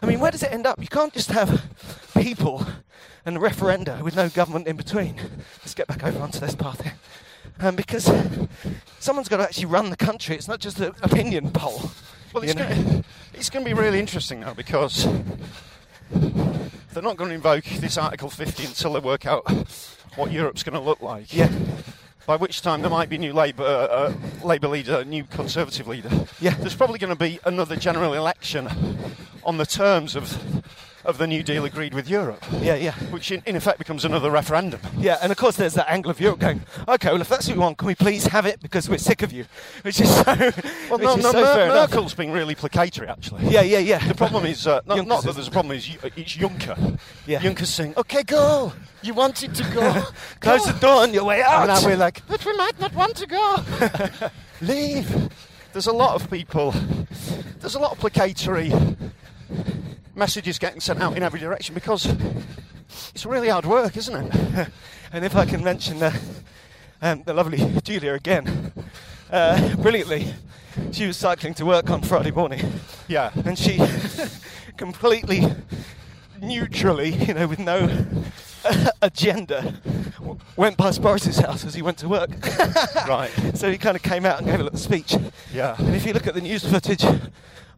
S1: I mean, where does it end up? You can't just have people and a referenda with no government in between. Let's get back over onto this path here. Um, because someone's got to actually run the country. It's not just an opinion poll.
S3: Well,
S1: you
S3: it's
S1: know?
S3: going, it's going to be really interesting now because they're not going to invoke this Article 50 until they work out what Europe's going to look like.
S1: Yeah.
S3: By which time there might be new Labour uh, Labour leader, new Conservative leader.
S1: Yeah.
S3: There's probably going to be another general election on the terms of of the New Deal agreed with Europe,
S1: Yeah, yeah.
S3: which in, in effect becomes another referendum.
S1: Yeah, and of course there's that angle of Europe going, okay, well if that's what you want, can we please have it because we're sick of you, *laughs* which is so.
S3: Well,
S1: which
S3: no,
S1: is
S3: no,
S1: so
S3: Mer-
S1: fair enough.
S3: Merkel's been really placatory actually.
S1: Yeah, yeah, yeah.
S3: The problem is uh, not, not
S1: Juncker's
S3: that
S1: is-
S3: there's a problem. Is it's Juncker.
S1: Yeah.
S3: Juncker's saying, *laughs* "Okay, go. You wanted to go.
S1: *laughs* Close the door on your way out.
S3: And now we're
S1: *laughs*
S3: like, "But we might not want to go. Leave." There's a lot of people. There's a lot of placatory messages getting sent out in every direction because it's really hard work, isn't it?
S1: *laughs* And if I can mention uh, um, the lovely Julia again, uh, brilliantly, she was cycling to work on Friday morning,
S3: yeah. *laughs*
S1: and she *laughs* completely neutrally, you know, with no *laughs* agenda, w- went past Boris's house as he went to work. *laughs*
S3: Right.
S1: So he kind of came out and gave a little speech.
S3: Yeah.
S1: And if you look at the news footage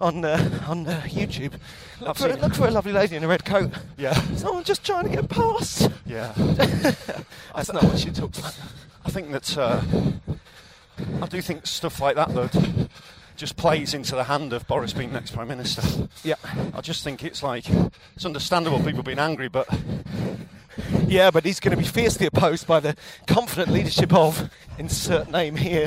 S1: on uh, on uh, YouTube, look
S3: I've
S1: for,
S3: seen it.
S1: look for a lovely lady in a red coat.
S3: Yeah.
S1: Someone just trying to get past.
S3: Yeah.
S1: That's not what she talked about.
S3: I think that uh, I do think stuff like that though just plays into the hand of Boris being next prime minister.
S1: Yeah.
S3: I just think it's like it's understandable people being angry, but
S1: Yeah, but he's going to be fiercely opposed by the confident leadership of insert name here.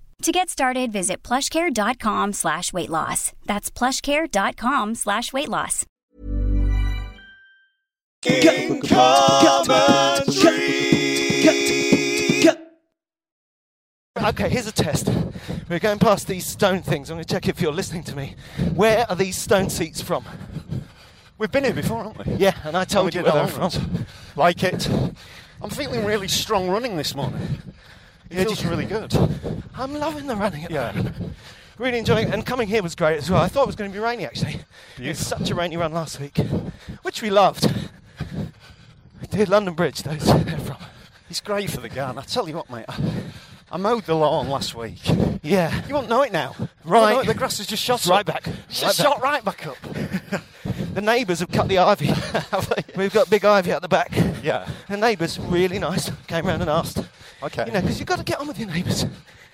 S4: To get started, visit plushcare.com slash weight loss. That's plushcare.com slash weight loss.
S1: Okay, here's a test. We're going past these stone things. I'm going to check if you're listening to me. Where are these stone seats from?
S3: We've been here before, haven't we?
S1: Yeah, and I
S3: Oh, we
S1: told you
S3: did
S1: where
S3: that
S1: they're
S3: one
S1: from.
S3: round. Like it. I'm feeling really strong running this morning. It
S1: Yeah,
S3: feels
S1: did-
S3: really *laughs* good.
S1: *laughs* I'm loving the running. At
S3: Yeah.
S1: yeah. Really enjoying it. And coming here was great as well. I thought it was going to be rainy, actually. It was
S3: Beautiful.
S1: such a rainy run last week, which we loved. Dear London Bridge, those *laughs* they're from.
S3: It's great for the garden. I tell you what, mate. I, I mowed the lawn last week. You
S1: Yeah.
S3: won't know it now. You won't
S1: Right.
S3: know it. The grass has just shot
S1: It's right
S3: up.
S1: back.
S3: It's
S1: Right
S3: just
S1: back.
S3: shot right back up.
S1: The neighbours have cut the ivy. *laughs* We've got big ivy at the back.
S3: Yeah.
S1: The neighbours, really nice, came round and asked.
S3: Okay.
S1: You know, because you've got to get on with your neighbours.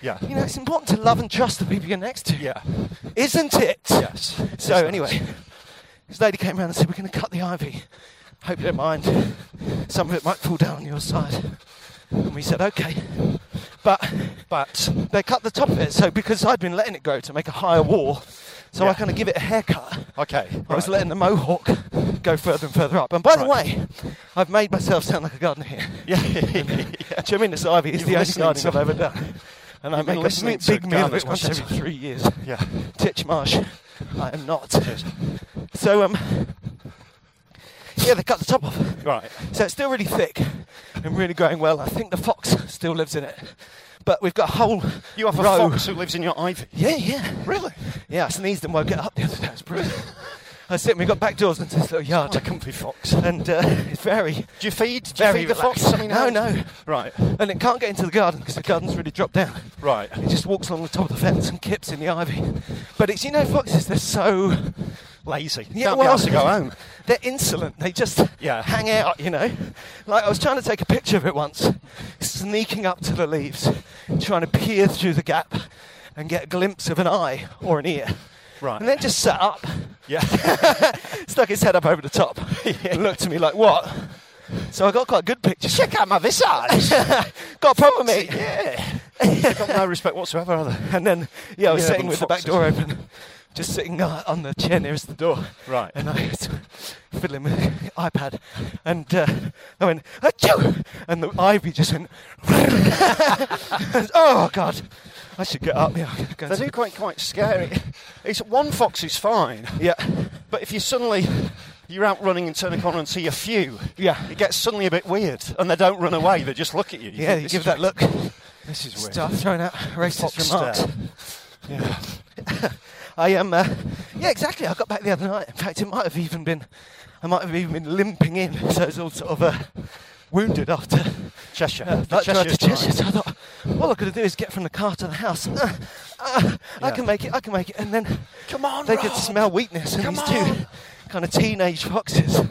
S3: Yeah.
S1: You know, it's important to love and trust the people you're next to.
S3: Yeah.
S1: Isn't it?
S3: Yes.
S1: So, anyway, this lady came round and said, We're going to cut the ivy. Hope you don't mind. Some of it might fall down on your side. And we said, Okay. But
S3: But
S1: they cut the top of it. So, because I'd been letting it grow to make a higher wall, so
S3: Yeah.
S1: I kind of give it a haircut.
S3: okay.
S1: I was
S3: right.
S1: letting the mohawk go further and further up. And by the
S3: Right.
S1: way, I've made myself sound like a gardener here.
S3: *laughs* Yeah. *laughs*
S1: *laughs* Do you mean this ivy is
S3: You've
S1: the only
S3: listened
S1: gardening
S3: to-
S1: I've ever done? And I
S3: You've been
S1: make a
S3: listening
S1: mi-
S3: to
S1: big meal of
S3: gardeners
S1: it once
S3: once
S1: every
S3: a
S1: three years.
S3: Yeah.
S1: Titch Marsh, I am not. So, um, yeah, they cut the top off.
S3: Right.
S1: So it's still really thick and really growing well. I think the fox still lives in it. But we've got a whole
S3: You have a
S1: row.
S3: fox who lives in your ivy.
S1: Yeah, yeah. Really? Yeah, I sneezed and woke it up the other day. It's
S3: *laughs*
S1: brilliant. I was sitting, we got back doors into this little yard.
S3: What a comfy fox.
S1: And uh, it's very,
S3: Do you feed? Do you
S1: very
S3: feed the
S1: relaxed.
S3: fox? I mean,
S1: no,
S3: how-
S1: no.
S3: Right.
S1: And it can't get into the garden because the garden's really dropped down.
S3: Right.
S1: It just walks along the top of the fence and kips in the ivy. But it's, you know, foxes, they're so.
S3: Lazy.
S1: Yeah,
S3: Can't be
S1: well,
S3: asked to
S1: *laughs*
S3: go home.
S1: They're insolent. They just
S3: Yeah.
S1: hang out, you know. Like I was trying to take a picture of it once, sneaking up to the leaves, trying to peer through the gap and get a glimpse of an eye or an ear.
S3: Right.
S1: And then just sat up,
S3: Yeah.
S1: *laughs* stuck his head up over
S3: *laughs*
S1: the top, and looked at me like, what? So I got quite a good picture. Check out my
S3: *laughs*
S1: this eyes. *laughs* got a problem, mate. Yeah.
S3: They've got no respect whatsoever, are they?
S1: *laughs* And then, yeah, I was
S3: The
S1: sitting
S3: urban
S1: with the back
S3: foxes.
S1: door open, *laughs* just sitting uh, on the chair nearest the door.
S3: Right.
S1: And I was fiddling with the iPad, and uh, I went, Achoo! and the ivy just went, *laughs* oh God, I should get up. Yeah, go and
S3: They do
S1: sit-
S3: quite quite
S1: *laughs*
S3: scary. It's one fox is fine,
S1: yeah,
S3: but if you suddenly you're out running and turn a corner and see a few,
S1: Yeah.
S3: it gets suddenly a bit weird, and they don't run away; they just look at you.
S1: yeah.
S3: think,
S1: You
S3: "This
S1: give
S3: is
S1: that
S3: weird."
S1: look.
S3: This is weird.
S1: Start throwing out
S3: Fox
S1: racist remarks.
S3: stare. Yeah.
S1: *laughs* I am. Uh, yeah, exactly. I got back the other night. In fact, it might have even been. I might have even been limping in, so it's all sort of uh, wounded after
S3: Cheshire.
S1: Uh,
S3: The
S1: that drive to
S3: Cheshire's
S1: Cheshire.
S3: right.
S1: So I thought, all I've got to do is get from the car to the house. Uh, uh, I
S3: Yeah.
S1: can make it. I can make it. And then
S3: Come on,
S1: they could
S3: Rob.
S1: smell weakness. And
S3: Come
S1: these
S3: on.
S1: two kind of teenage foxes,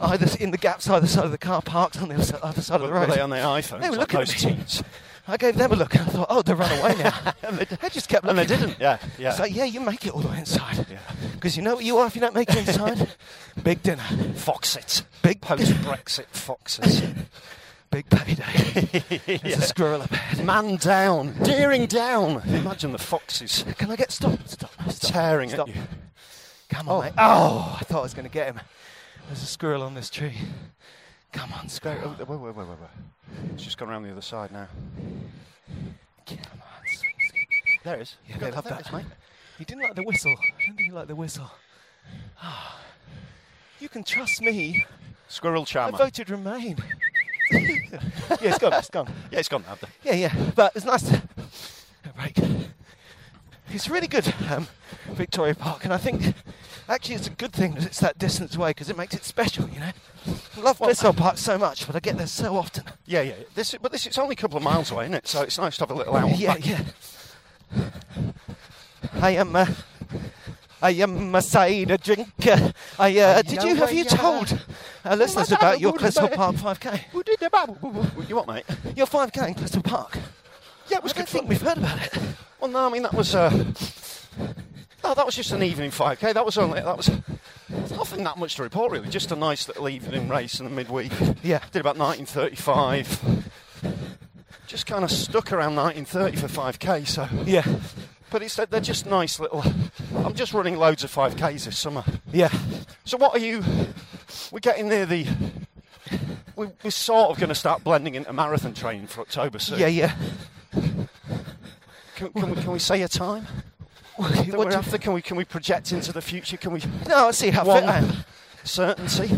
S1: either s- in the gaps either side of the car, parked on the other si- other side of the
S3: Were
S1: road.
S3: they on their iPhones?
S1: They were
S3: like
S1: looking at
S3: most
S1: me.
S3: teens?
S1: I gave them a look and I thought, oh, they run away now.
S3: *laughs* And they di-
S1: I just kept
S3: and
S1: looking.
S3: they didn't. Yeah, yeah.
S1: It's like, yeah, you make it all the way inside. Because you know what you are if you don't make it
S3: *laughs*
S1: inside? Big dinner.
S3: Foxes.
S1: Big
S3: post Brexit foxes.
S1: *laughs* Big
S3: *laughs*
S1: payday. There's a squirrel up ahead.
S3: Man down. Deering down. Imagine the foxes
S1: Can I get stopped? Stop. stop
S3: tearing
S1: stop.
S3: at you.
S1: Come on, mate. Oh, I thought I was going to get him. There's a squirrel on this tree. Come on, squirrel.
S3: Wait, wait, wait, wait, wait. It's just gone around the other side now.
S1: Come on.
S3: There it is.
S1: Yeah, they love that. You didn't like the whistle. I don't think you like the whistle. Ah. you can trust me.
S3: Squirrel
S1: I
S3: charmer.
S1: voted Remain. yeah, it's gone. It's gone.
S3: *laughs* Yeah, it's gone now.
S1: Yeah, yeah. But it's nice. to- *laughs* Right. It's really good, um, Victoria Park, and I think actually it's a good thing that it's that distance away because it makes it special. You know, I love Bristol Park so much, but I get there so often.
S3: Yeah, yeah. This, but this, it's only a couple of miles away, isn't it? So it's nice to have a little out.
S1: yeah, yeah. I am a, I am a cider drinker. I uh, did you have you told our listeners about your Crystal Park 5K?
S3: You what, mate?
S1: Your 5K in Crystal Park.
S3: Yeah, it
S1: I
S3: was
S1: don't
S3: good
S1: think
S3: fun.
S1: we've heard about it.
S3: Well, no, I mean that was. Uh, no, that was just an evening 5K. That was only that was there's nothing that much to report really. Just a nice little evening race in the midweek.
S1: Yeah.
S3: did about 1935. Just kind of stuck around 1930 for 5K. So,
S1: Yeah,
S3: but it's they're just nice little. I'm just running loads of 5Ks this summer.
S1: yeah.
S3: So what are you? We're getting near the. We're, we're sort of going to start blending into marathon training for October soon.
S1: Yeah, yeah.
S3: Can, can, we, can we say a time?
S1: What
S3: that
S1: do
S3: we're
S1: you-
S3: after? Can we can we project into the future? Can we
S1: no, I'll see how
S3: one
S1: fit I am.
S3: certainty?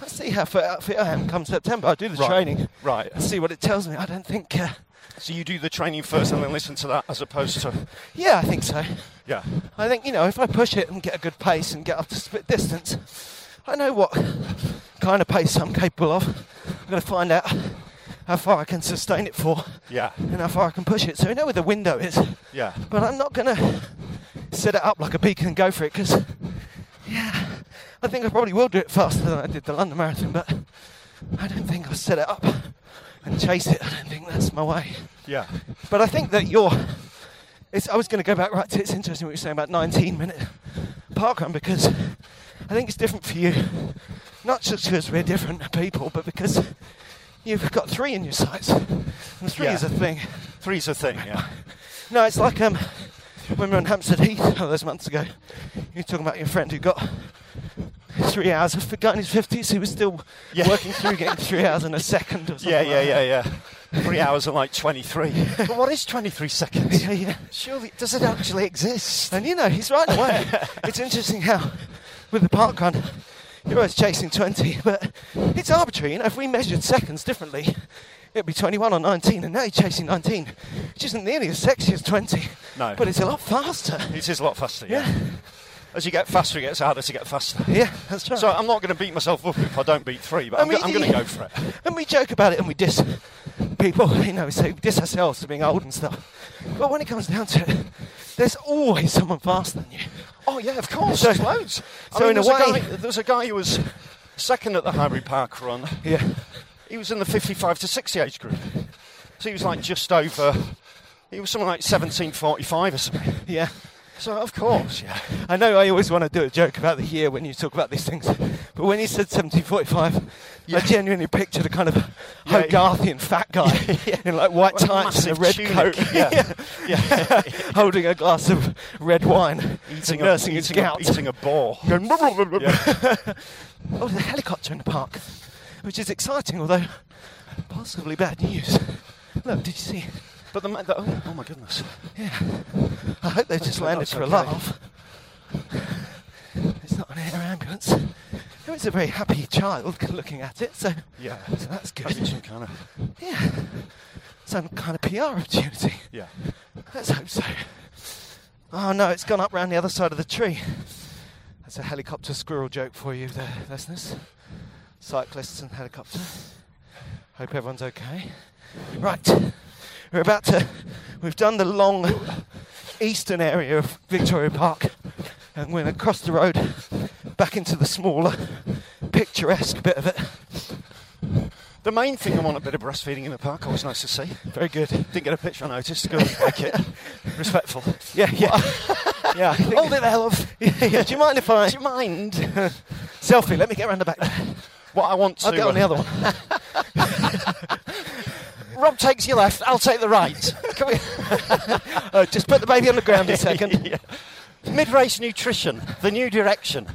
S1: I'll see how fit, how fit I am come September. I'll do the training.
S3: Right.
S1: I'll see what it tells me. I don't think. Uh,
S3: So you do the training first and then listen to that, as opposed to
S1: yeah, I think so.
S3: yeah.
S1: I think, you know, if I push it and get a good pace and get up to split distance, I know what kind of pace I'm capable of. I'm going to find out how far I can sustain it for
S3: Yeah.
S1: and how far I can push it. So I know where the window is,
S3: Yeah.
S1: but I'm not going to set it up like a beacon and go for it because, yeah, I think I probably will do it faster than I did the London Marathon, but I don't think I'll set it up and chase it. I don't think that's my way.
S3: Yeah.
S1: But I think that you're. It's, I was going to go back right to it's interesting what you're saying about 19 minute parkrun because I think it's different for you. Not just because we're different people, but because you've got three in your sights. And three
S3: Yeah.
S1: is a thing.
S3: Three's a thing. Yeah.
S1: No, it's like um, when we were on Hampstead Heath *laughs* all those months ago, you were talking about your friend who got three hours, a guy in his 50s who was still
S3: Yeah.
S1: working through getting three hours in a second or something.
S3: Yeah.
S1: like
S3: Yeah.
S1: that.
S3: Yeah. Yeah. Three hours and like 23. but what is 23 seconds?
S1: *laughs* Yeah, yeah.
S3: Surely does it actually exist?
S1: And you know, he's
S3: *laughs*
S1: right away. it's interesting how, with the park run, you're always chasing 20, but it's arbitrary. You know, if we measured seconds differently, it'd be 21 or 19, and now you're chasing 19, which isn't nearly as sexy as 20.
S3: No.
S1: But it's a lot faster.
S3: It is a lot faster.
S1: Yeah.
S3: Yeah. As you get faster, it gets harder to get faster.
S1: Yeah, that's right.
S3: So I'm not going to beat myself up if I don't beat three, but
S1: I
S3: I'm,
S1: mean,
S3: go- I'm going to go for it.
S1: And we joke about it and we diss people, *laughs* you know, we say we diss ourselves for being old and stuff. But when it comes down to it, there's always someone faster than you.
S3: Oh yeah,
S1: *laughs*
S3: of course.
S1: So-
S3: there's loads. I
S1: so
S3: mean,
S1: in a
S3: there's
S1: way-
S3: guy, there's a guy who was second at the Highbury Park run.
S1: Yeah.
S3: He was in the 55 to 60 age group, so he was like just over. He was something like 1745 or something.
S1: Yeah.
S3: So of course, yeah. *laughs*
S1: I know I always want to do a joke about the year when you talk about these things, but when you said 1745, I genuinely pictured a kind of
S3: Yeah.
S1: Hogarthian fat *laughs* guy in like white
S3: Well,
S1: tights and
S3: massive
S1: a red
S3: tunic,
S1: coat, *laughs*
S3: yeah.
S1: holding a glass of red wine,
S3: Eating a,
S1: nursing his
S3: eating, a,
S1: gout.
S3: eating a
S1: *laughs*
S3: boar.
S1: Going, "Blah, blah, blah, blah."
S3: Yeah.
S1: Oh, there's a helicopter in the park, which is exciting, although possibly bad news. Look, did you see?
S3: But the, ma- the oh, oh my goodness.
S1: I hope they just
S3: Oh,
S1: landed
S3: that's
S1: for a
S3: okay.
S1: laugh. It's not an air ambulance. It was a very happy child *laughs* looking at it, so
S3: Yeah.
S1: So that's
S3: That'd be
S1: good.
S3: some kind of
S1: Yeah. Some kind of PR opportunity.
S3: yeah.
S1: Let's hope so. Oh no, it's gone up round the other side of the tree. That's a helicopter squirrel joke for you there, listeners. Cyclists and helicopter. Hope everyone's okay. Right. We're about to we've done the long eastern area of Victoria Park and we're gonna cross the road back into the smaller picturesque bit of it.
S3: The main thing I want a bit of breastfeeding in the park. Always nice to see.
S1: Very good.
S3: Didn't get a picture I noticed. Good, like
S1: *laughs*
S3: it. Respectful.
S1: Yeah, yeah.
S3: *laughs*
S1: yeah. I think-
S3: Hold it there, love.
S1: *laughs* yeah, yeah. Do you mind if I.
S3: Do you mind?
S1: *laughs* Selfie, let me get around the back.
S3: *laughs* What I want to.
S1: I'll get on the
S3: uh,
S1: other one. *laughs*
S3: Rob takes your left. I'll take the right.
S1: Come here. *laughs* Uh, just put the baby on the ground *laughs* a second.
S3: Yeah. Mid-race nutrition, the new direction.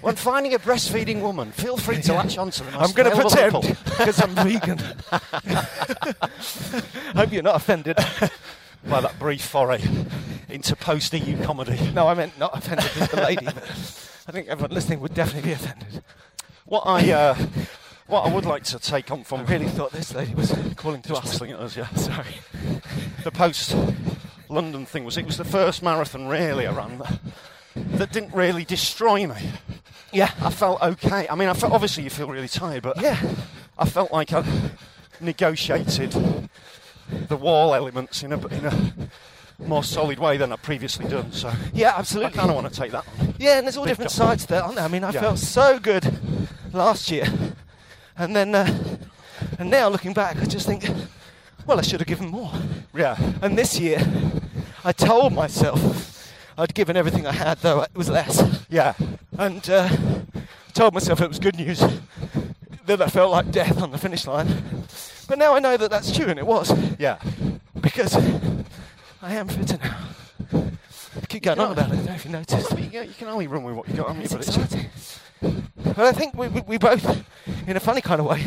S3: When finding a breastfeeding woman, feel free to latch onto the
S1: I'm
S3: most
S1: going to
S3: available
S1: pretend
S3: couple.
S1: *laughs* because I'm vegan. Hope you're not offended.
S3: by that brief foray into post-EU comedy.
S1: No, I meant not offended with the lady. But I think everyone listening would definitely be offended.
S3: What I uh, what I would like to take on from
S1: I really thought this lady was calling
S3: *laughs*
S1: to
S3: just
S1: us.
S3: whistling at us, yeah. Sorry. The post London thing was it was the first marathon really I ran that, that didn't really destroy me.
S1: Yeah.
S3: I felt okay. I mean, I felt obviously you feel really tired, but
S1: Yeah.
S3: I felt like I negotiated the wall elements in a in a more solid way than I've previously done. So
S1: Yeah,
S3: I
S1: absolutely.
S3: kind of want to take that. On.
S1: Yeah, and there's all
S3: Big
S1: different
S3: job.
S1: sides to that, aren't there? I mean, I
S3: Yeah.
S1: felt so good last year, and then uh, and now looking back, I just think, well, I should have given more.
S3: Yeah.
S1: And this year, I told myself I'd given everything I had, though it was less.
S3: Yeah.
S1: and uh, told myself it was good news. Then I felt like death on the finish line. But now I know that that's true, and it was
S3: Yeah.
S1: because I am fitter now. I keep going on about it. I don't know if you noticed.
S3: But you, you can only run with what you got, haven't you?
S1: It's
S3: But
S1: exciting. But I think we, we, we both, in a funny kind of way,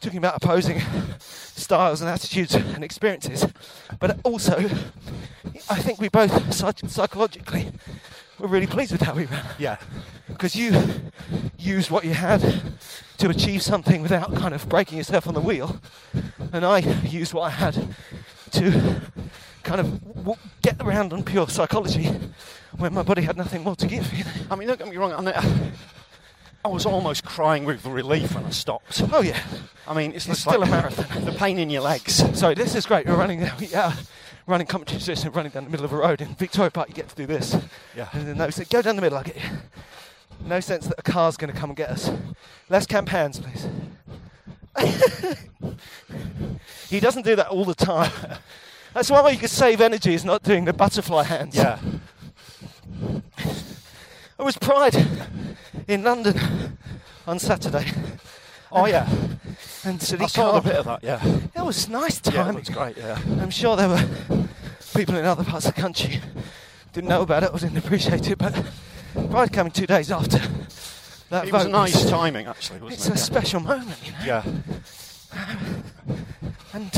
S1: talking about opposing styles and attitudes and experiences, but also, I think we both psych- psychologically were really pleased with how we ran
S3: yeah.
S1: because you used what you had to achieve something without kind of breaking yourself on the wheel, and I used what I had to kind of w- get around on pure psychology when my body had nothing more to give. you know.
S3: I mean, don't get me wrong. I, mean, I was almost crying with relief when I stopped.
S1: Oh yeah,
S3: I mean, it's,
S1: It's
S3: just like
S1: still a marathon.
S3: The pain in your legs.
S1: so this is great. We're running, *laughs* yeah, running competitions and running down the middle of a road in Victoria Park. You get to do this,
S3: Yeah.
S1: and then no sense. Go down the middle. I'll get you. No sense that a car's going to come and get us. Let's camp hands, please. *laughs* he doesn't do that all the time. That's one way you could save energy is not doing the butterfly hands.
S3: Yeah.
S1: It was Pride in London on Saturday,
S3: Oh yeah.
S1: and Sadiq
S3: I saw a
S1: Khan-
S3: bit of that. Yeah.
S1: It was nice
S3: Yeah, it
S1: timing.
S3: looks great. Yeah.
S1: I'm sure there were people in other parts of the country didn't know about it or didn't appreciate it, but Pride coming two days after that
S3: It was
S1: vote
S3: *laughs* nice timing, actually, wasn't
S1: It's
S3: it?
S1: a special moment, you know.
S3: yeah.
S1: And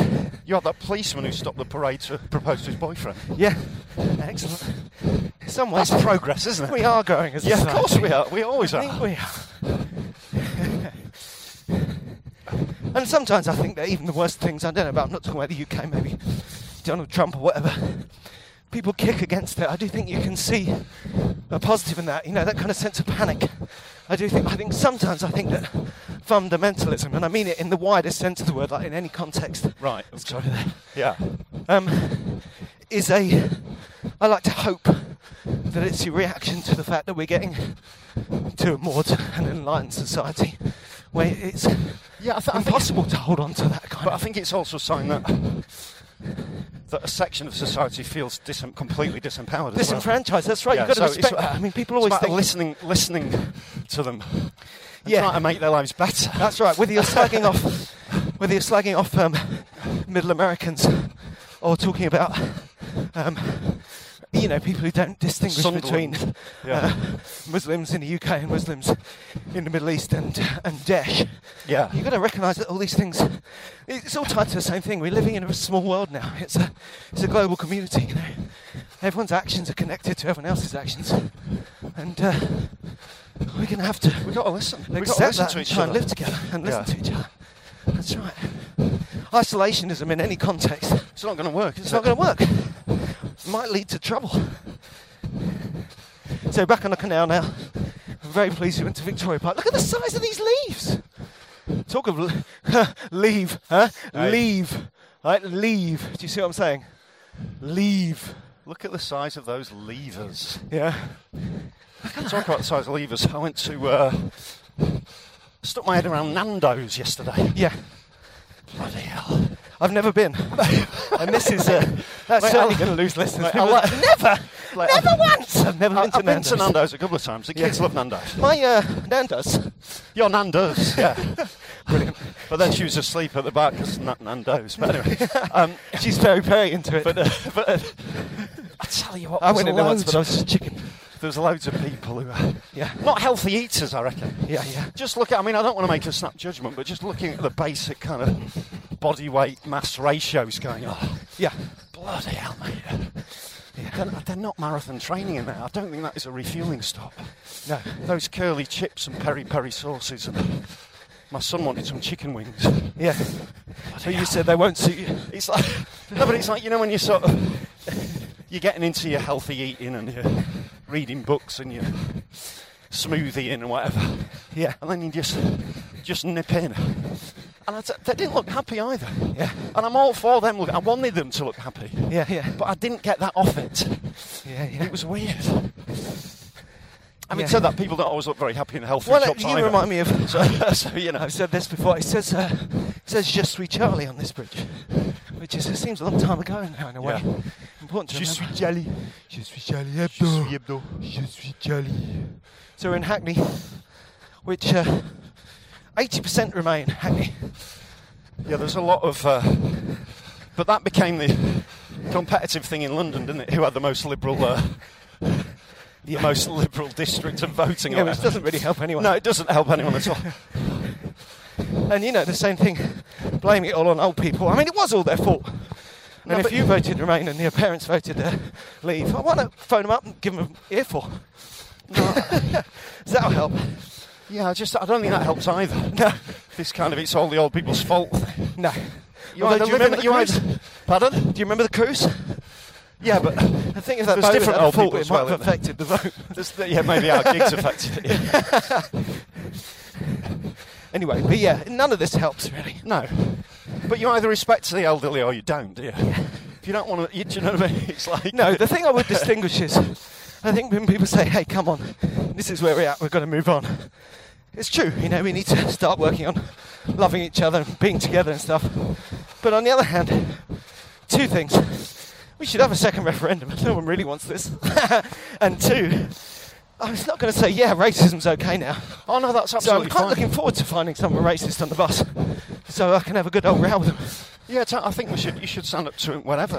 S3: You had that policeman who stopped the parade to propose to his boyfriend.
S1: yeah, excellent. In some ways,
S3: That's progress, isn't it?
S1: we are going as
S3: *laughs*
S1: a
S3: Yeah, of
S1: society.
S3: course *laughs* we are. We always
S1: I think
S3: are.
S1: we are. *laughs* and sometimes I think that even the worst things, I don't know about, I'm not talking about the UK, maybe Donald Trump or whatever, people kick against it. I do think you can see a positive in that, you know, that kind of sense of panic. I do think, I think sometimes I think that fundamentalism, and I mean it in the widest sense of the word, like in any context,
S3: Right.
S1: I'm sorry there
S3: Yeah.
S1: um, is a. I like to hope that it's a reaction to the fact that we're getting to a more t- an enlightened society where it's
S3: Yeah. I, th- I think
S1: impossible to hold on to that
S3: *laughs*
S1: kind
S3: But I
S1: of.
S3: think it's also a sign that that a section of society feels disem- completely disempowered. as well.
S1: Disenfranchised, that's right,
S3: Yeah,
S1: you've got to
S3: so it's
S1: respect
S3: about-
S1: that. I mean, people
S3: it's
S1: always
S3: about
S1: think.
S3: listening, listening to them, and
S1: Yeah.
S3: trying to make their lives better.
S1: That's right, whether you're slagging off, whether you're slagging off um, middle Americans or talking about, um, you know, people who don't distinguish
S3: Sunderland.
S1: between
S3: Yeah.
S1: uh, Muslims in the UK and Muslims in the Middle East and, and Daesh.
S3: yeah,
S1: You've got to recognise that all these things, it's all tied to the same thing. We're living in a small world now. It's a, it's a global community, you know. Everyone's actions are connected to everyone else's actions. And uh, we're going to have to
S3: we've got to listen. We've got to
S1: accept
S3: listen
S1: that
S3: to
S1: and
S3: each
S1: try and
S3: other.
S1: live together and listen
S3: Yeah.
S1: to each other. That's right. Isolationism in any context,
S3: It's not going to work. Is
S1: it's not going to work. Might lead to trouble. So back on the canal now. I'm very pleased we went to Victoria Park. Look at the size of these leaves. Talk of le- *laughs* leave, huh?
S3: Aye.
S1: Leave, right? Leave. Do you see what I'm saying? Leave.
S3: Look at the size of those levers.
S1: Yeah.
S3: Talk about the size of levers. I went to uh, Stuck my head around Nando's yesterday.
S1: Yeah.
S3: Bloody hell.
S1: I've never *laughs* been. and this is uh, that's
S3: Mate,
S1: certainly
S3: I-
S1: going to lose *laughs* listeners.
S3: Mate, I
S1: People-
S3: like-
S1: never,
S3: like-
S1: never once. I've never
S3: I-
S1: been to
S3: I've been
S1: Nando's.
S3: to Nando's a couple of times. The kids love Nando's.
S1: My uh, Nando's.
S3: Your Nando's,
S1: *laughs*
S3: yeah. Brilliant. But then she was asleep at the back because Nando's. But
S1: *laughs*
S3: anyway, um,
S1: She's very, very into it.
S3: but, uh, but uh, I tell you what,
S1: I
S3: there was
S1: went in
S3: loads-
S1: once, but I was just chicken.
S3: there was loads of people who were
S1: Yeah.
S3: not healthy eaters, I reckon.
S1: Yeah, yeah.
S3: Just look at, I mean, I don't want to make a snap judgment, but just looking at the basic kind of body weight mass ratios going on.
S1: Yeah.
S3: Bloody hell, mate. They're, they're not marathon training in there. I don't think that is a refueling stop.
S1: No.
S3: Those curly chips and peri peri sauces. And my son wanted some chicken wings.
S1: Yeah. So you said they won't suit you.
S3: It's like, no, but it's like, you know, when you sort of, you're getting into your healthy eating and you're reading books and you're smoothieing and whatever.
S1: Yeah.
S3: And then you just, just nip in. And I t- they didn't look happy either.
S1: Yeah.
S3: And I'm all for them. Look, I wanted them to look happy.
S1: Yeah, yeah.
S3: But I didn't get that off it.
S1: Yeah, yeah.
S3: It was weird. Having
S1: Yeah.
S3: said that, people don't always look very happy and healthy
S1: Well,
S3: in
S1: uh,
S3: shops
S1: you
S3: either.
S1: remind me of.
S3: *laughs* So, so, you know.
S1: I've said this before. It says, uh, it says "Je suis Charlie" on this bridge, which is it seems a long time ago now in a way.
S3: Yeah.
S1: Important to
S3: Je suis
S1: remember.
S3: Charlie.
S1: Je suis Charlie Hebdo. Je suis Charlie. So we're in Hackney, which uh, 80% remain Hackney.
S3: Yeah, there's a lot of. Uh, but that became the competitive thing in London, didn't it? Who had the most liberal, uh, the most liberal district of voting? or
S1: Yeah, which
S3: whatever.
S1: doesn't really help anyone.
S3: No, it doesn't help anyone at all.
S1: And you know, the same thing, blaming it all on old people. I mean, it was all their fault. And
S3: No,
S1: if
S3: but-
S1: you voted Remain and your parents voted uh, Leave, I want to phone them up and give them an earful. *laughs* Does that help?
S3: Yeah, I just I don't think that helps either. *laughs* No, this kind of it's all the old people's fault.
S1: No.
S3: You
S1: Although,
S3: either live
S1: do
S3: in the-
S1: remember the
S3: you
S1: cruise?
S3: either- pardon?
S1: Do you remember the cruise?
S3: Yeah, but
S1: I think if that
S3: There's
S1: boat
S3: different
S1: had a
S3: old
S1: fault,
S3: people
S1: it
S3: as
S1: might
S3: well,
S1: have
S3: isn't there?
S1: affected the vote. *laughs*
S3: there's the- yeah, maybe our gigs affected it. yeah.
S1: anyway, but yeah, none of this helps really.
S3: No, but you either respect the elderly or you don't, do you? If you don't want to, you, do you know what I mean? It's like
S1: No, the thing I would distinguish is, I think when people say, "Hey, come on, this is where we're at. We're going to move on," it's true. You know, we need to start working on loving each other and being together and stuff. But on the other hand, two things: we should have a second referendum. No one really wants this. *laughs* and two, I'm just not going to say, "Yeah, racism's okay now."
S3: *laughs* Oh no, that's
S1: So I'm
S3: absolutely
S1: quite
S3: fine.
S1: looking forward to finding someone racist on the bus, so I can have a good old row with them.
S3: Yeah, t- I think we should. You should stand up to it whenever.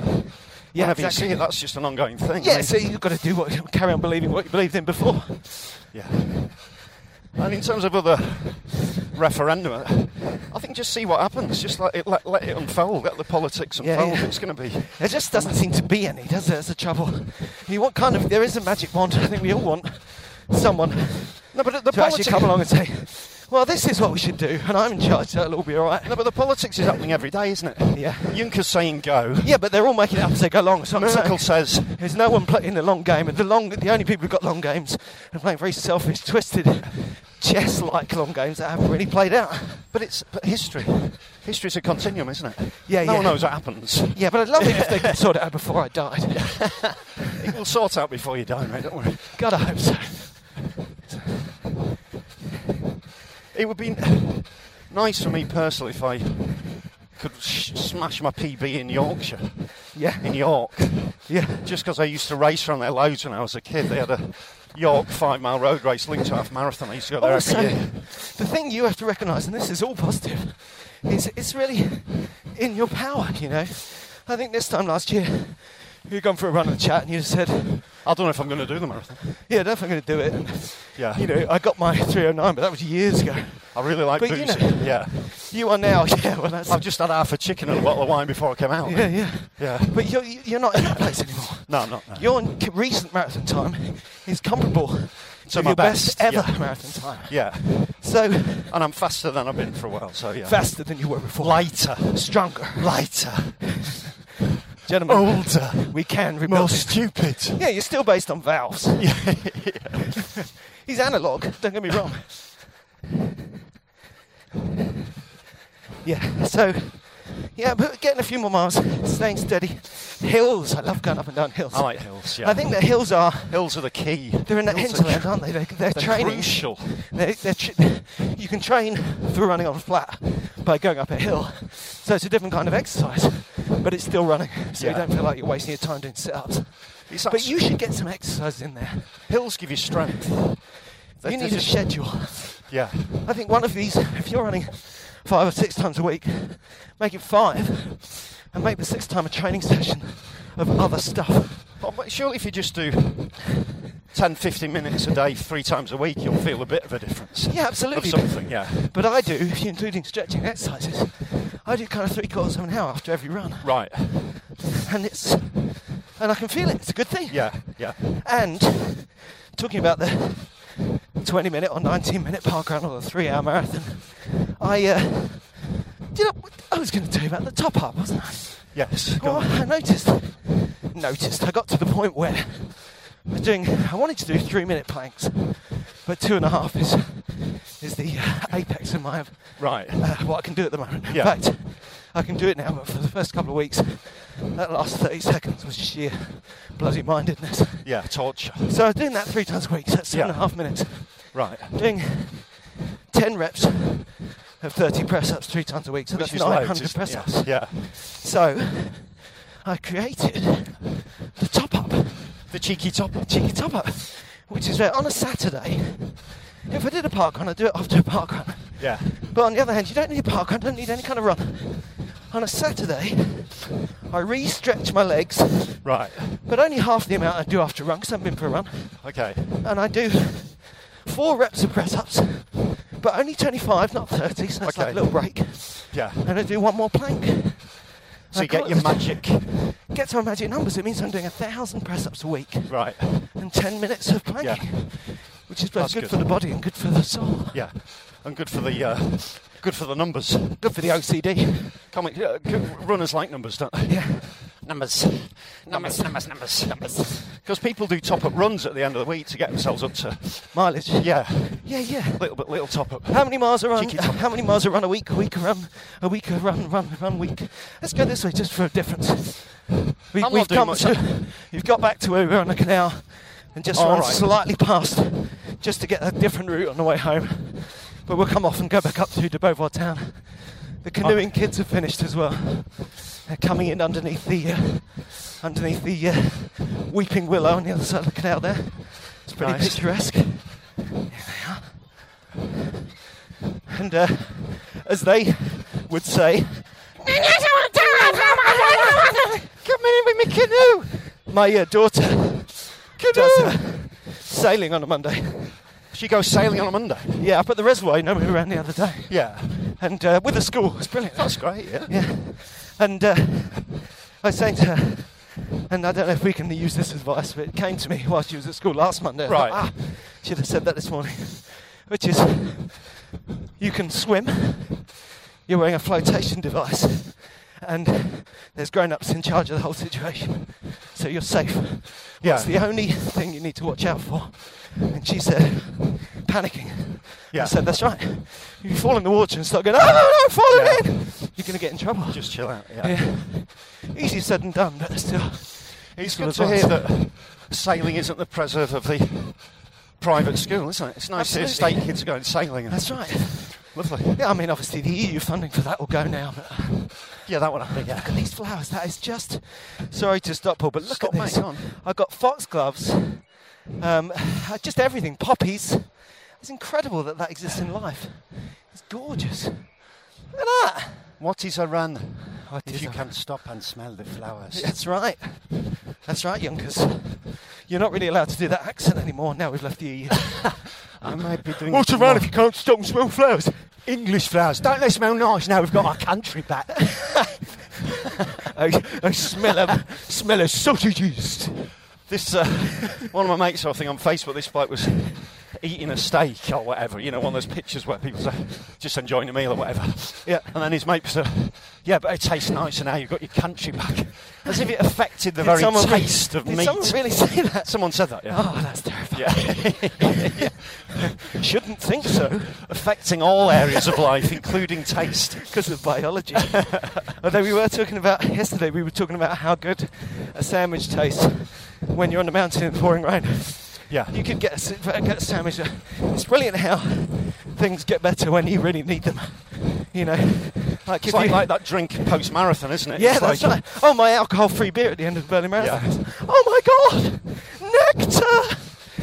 S1: Yeah,
S3: whenever you
S1: exactly.
S3: see it, that's just an ongoing thing. I
S1: Yeah,
S3: mean,
S1: so you've got to do what, carry on believing what you believed in before.
S3: yeah. And in terms of other referendum, I think just see what happens. Just let it let, let it unfold. Let the politics
S1: Yeah,
S3: unfold.
S1: yeah.
S3: It's going to be.
S1: There just doesn't seem to be any, does there? That's the trouble. You want kind of there is a magic wand. I think we all want someone
S3: No, but the
S1: to actually
S3: politics.
S1: come along and say, "Well, this is what we should do," and I'm in charge, so it'll all be all right.
S3: No, but the politics is happening every day, isn't it?
S1: Yeah.
S3: Juncker's saying go.
S1: Yeah, but they're all making it up as they go along. So I'm
S3: Merkel
S1: *laughs* saying,
S3: says
S1: there's no one playing the long game, and the long, the only people who've got long games are playing very selfish, twisted, chess-like long games that haven't really played out.
S3: But it's but history. History's a continuum, isn't it?
S1: Yeah,
S3: no
S1: yeah.
S3: one knows what happens.
S1: Yeah, but I'd love it if they could sort it out before I
S3: *laughs*
S1: died.
S3: It will sort out before you die, mate. Don't worry.
S1: God, I hope so.
S3: It would be nice for me personally if I could sh- smash my PB in Yorkshire,
S1: Yeah,
S3: in York,
S1: yeah.
S3: just because I used to race around there loads when I was a kid. They had a York five mile road race linked to half marathon. I used to go there
S1: Also,
S3: every year.
S1: the thing you have to recognise, and this is all positive, is it's really in your power, you know. I think this time last year, you'd gone for a run and chat and you said,
S3: I don't know if I'm going to do the marathon.
S1: Yeah, I don't think I'm going to do it. And,
S3: Yeah,
S1: you know, I got my 309, but that was years ago.
S3: I really like
S1: but
S3: booze.
S1: you know-
S3: yeah,
S1: You are now, *laughs* yeah, well, that's.
S3: I've just had half a chicken and a bottle of wine before I came out.
S1: yeah, yeah.
S3: yeah.
S1: But you're, you're not in that place anymore.
S3: No, I'm not. no.
S1: Your c- recent marathon time is comparable to
S3: my
S1: your best,
S3: best,
S1: ever
S3: yeah.
S1: marathon time.
S3: Yeah,
S1: So
S3: and I'm faster than I've been for a while. So yeah,
S1: faster than you were before.
S3: lighter,
S1: Stronger.
S3: lighter,
S1: *laughs* Gentlemen,
S3: older,
S1: we can rebuild.
S3: more
S1: this.
S3: stupid.
S1: Yeah, you're still based
S3: *laughs*
S1: on valves. *laughs* He's analog, don't get me wrong. yeah, so, yeah, but getting a few more miles, staying steady, Hills. I love going up and down hills.
S3: I like hills, yeah.
S1: I think that hills are
S3: hills are the key.
S1: they're in the
S3: Hills are
S1: hinterland, aren't they? They're, they're,
S3: *laughs* They're
S1: training.
S3: crucial.
S1: They're, they're tr- *laughs* you can train for running on flat by going up a hill. So it's a different kind of exercise, but it's still running. So you
S3: Yeah.
S1: don't feel like you're wasting your time doing sit-ups.
S3: It's
S1: But
S3: actually-
S1: you should get some exercise in there.
S3: Hills give you strength. They- they
S1: You need a
S3: just-
S1: schedule.
S3: Yeah.
S1: I think one of these, if you're running five or six times a week, make it five and make the sixth time a training session of other stuff.
S3: Oh, but surely if you just do 10, 15 minutes a day, three times a week, you'll feel a bit of a difference.
S1: Yeah, absolutely.
S3: Of something, yeah.
S1: But I do, if you're including stretching exercises, I do kind of three quarters of an hour after every run.
S3: Right.
S1: And it's, and I can feel it. It's a good thing.
S3: Yeah, yeah.
S1: And talking about the 20 minute or 19 minute park run or the three hour marathon, I, uh, did I, I was going to tell you about the top up, wasn't I?
S3: Yes. go
S1: Well,
S3: on.
S1: I noticed, noticed, I got to the point where I was doing, I wanted to do three minute planks, but two and a half is, is the uh, apex of my,
S3: Right.
S1: uh, what I can do at the moment.
S3: Yeah.
S1: In fact, I can do it now, but for the first couple of weeks, that last 30 seconds was sheer bloody mindedness.
S3: Yeah, torture.
S1: So I was doing that three times a week, so that's seven
S3: Yeah.
S1: and a half minutes.
S3: Right.
S1: Doing 10 reps of 30 press ups three times a week, so
S3: Which
S1: that's
S3: is loads,
S1: 900
S3: isn't-
S1: press ups.
S3: Yeah. yeah.
S1: So I created the top up,
S3: The cheeky top.
S1: cheeky top up, which is where on a Saturday, if I did a park run, I'd do it after a park run.
S3: Yeah.
S1: But on the other hand, you don't need a park run, don't need any kind of run. On a Saturday, I re stretch my legs,
S3: Right.
S1: but only half the amount I do after a run because I've been for a run.
S3: Okay.
S1: And I do four reps of press ups, but only 25, not 30, so that's like
S3: Okay.
S1: a little break.
S3: Yeah.
S1: And I do one more plank.
S3: So
S1: I
S3: you get
S1: can't-
S3: your magic.
S1: get to my magic numbers, it means I'm doing a thousand press ups a week
S3: Right.
S1: and 10 minutes of planking,
S3: Yeah.
S1: which is both
S3: That's
S1: good,
S3: good.
S1: for the body and good for the soul.
S3: Yeah. And good for the uh, good for the numbers.
S1: Good for the OCD.
S3: Comic uh, g- runners like numbers, don't they?
S1: Yeah.
S3: Numbers. Numbers, numbers, numbers, numbers. Because people do top up runs at the end of the week to get themselves up to
S1: Mileage.
S3: yeah,
S1: Yeah, yeah.
S3: little bit little top up.
S1: How many miles are run?
S3: Cheeky top.
S1: How many miles are run a week? A week a run? A week a run? Run? Run week? Let's go this way just for a difference. We,
S3: I'm not
S1: we've
S3: doing
S1: come
S3: much.
S1: to. You've got back to where we were on the canal, and just
S3: All
S1: run
S3: right.
S1: slightly past, just to get a different route on the way home. But we'll come off and go back up through de Beauvoir town. The canoeing kids have finished as well. They're coming in underneath the uh, underneath the uh, weeping willow on the other side of the canal. There, it's pretty
S3: Nice.
S1: picturesque. There they are. And uh, as they would say, "Come in with me canoe." My uh, daughter does uh, sailing on a Monday.
S3: She goes sailing on a Monday.
S1: Yeah, up at the reservoir. You know, we were around the other day,
S3: Yeah,
S1: and uh, with the school, it's brilliant.
S3: that's great. Yeah,
S1: Yeah. And uh, I was saying to her, and I don't know if we can use this advice, but it came to me while she was at school last Monday. I thought,
S3: Right.
S1: ah, should have said that this morning. Which is, you can swim, you're wearing a flotation device, and there's grown ups in charge of the whole situation. So you're safe.
S3: Yeah.
S1: That's the only thing you need to watch out for. And she said, panicking.
S3: Yeah.
S1: I said, that's right. If you fall in the water and start going, oh, no, no, I'm falling
S3: Yeah.
S1: in, you're going to get in trouble.
S3: just chill out. Yeah,
S1: Yeah. Easy said and done, but still.
S3: it's
S1: useful
S3: good to
S1: advice.
S3: hear that sailing isn't the preserve of the private school, isn't it? It's nice to see
S1: Absolutely.
S3: state kids going sailing. And
S1: That's right.
S3: lovely.
S1: Yeah, I mean, obviously the EU funding for that will go now, but
S3: Yeah, that one I think.
S1: look at
S3: Yeah,
S1: these flowers. That is just. Sorry to stop, Paul, but look
S3: Stop,
S1: at this.
S3: mate, go on.
S1: I got foxgloves, um, just everything, poppies. It's incredible that that exists in life. It's gorgeous. Look at that.
S3: what is a run?
S1: What
S3: if
S1: is
S3: you
S1: a-
S3: can stop and smell the *laughs* flowers.
S1: That's right. That's right, Youngers. You're not really allowed to do that accent anymore now we've left the E EU.
S3: I might be doing.
S1: What's
S3: it
S1: around if you
S3: tomorrow.
S1: can't stop and smell flowers?
S3: English flowers? Don't they smell nice? Now we've got our country *laughs* back.
S1: I, I smell a smell of sausages.
S3: This uh, one of my mates saw a thing on Facebook. This bloke was eating a steak or whatever. You know, one of those pictures where people are just enjoying a meal or whatever.
S1: Yeah.
S3: And then his mate said, "Yeah, but it tastes nice, and now you've got your country back." As if it affected the very
S1: someone re-
S3: taste of
S1: did
S3: meat.
S1: someone really say that?
S3: Someone said that. Yeah.
S1: Oh, that's terrifying.
S3: Yeah. *laughs*
S1: Shouldn't think so,
S3: Affecting all areas of life, including taste.
S1: because of
S3: *laughs*
S1: biology. Although we were talking about yesterday, we were talking about how good a sandwich tastes when you're on the mountain in the pouring rain.
S3: Yeah.
S1: You could get a, s- get a sandwich. It's brilliant how things get better when you really need them. You know, like
S3: It's
S1: if
S3: like,
S1: you,
S3: like that drink post marathon, isn't it?
S1: yeah,
S3: It's
S1: that's
S3: like-
S1: right. Oh, my alcohol-free beer at the end of the Berlin Marathon. Oh my God, nectar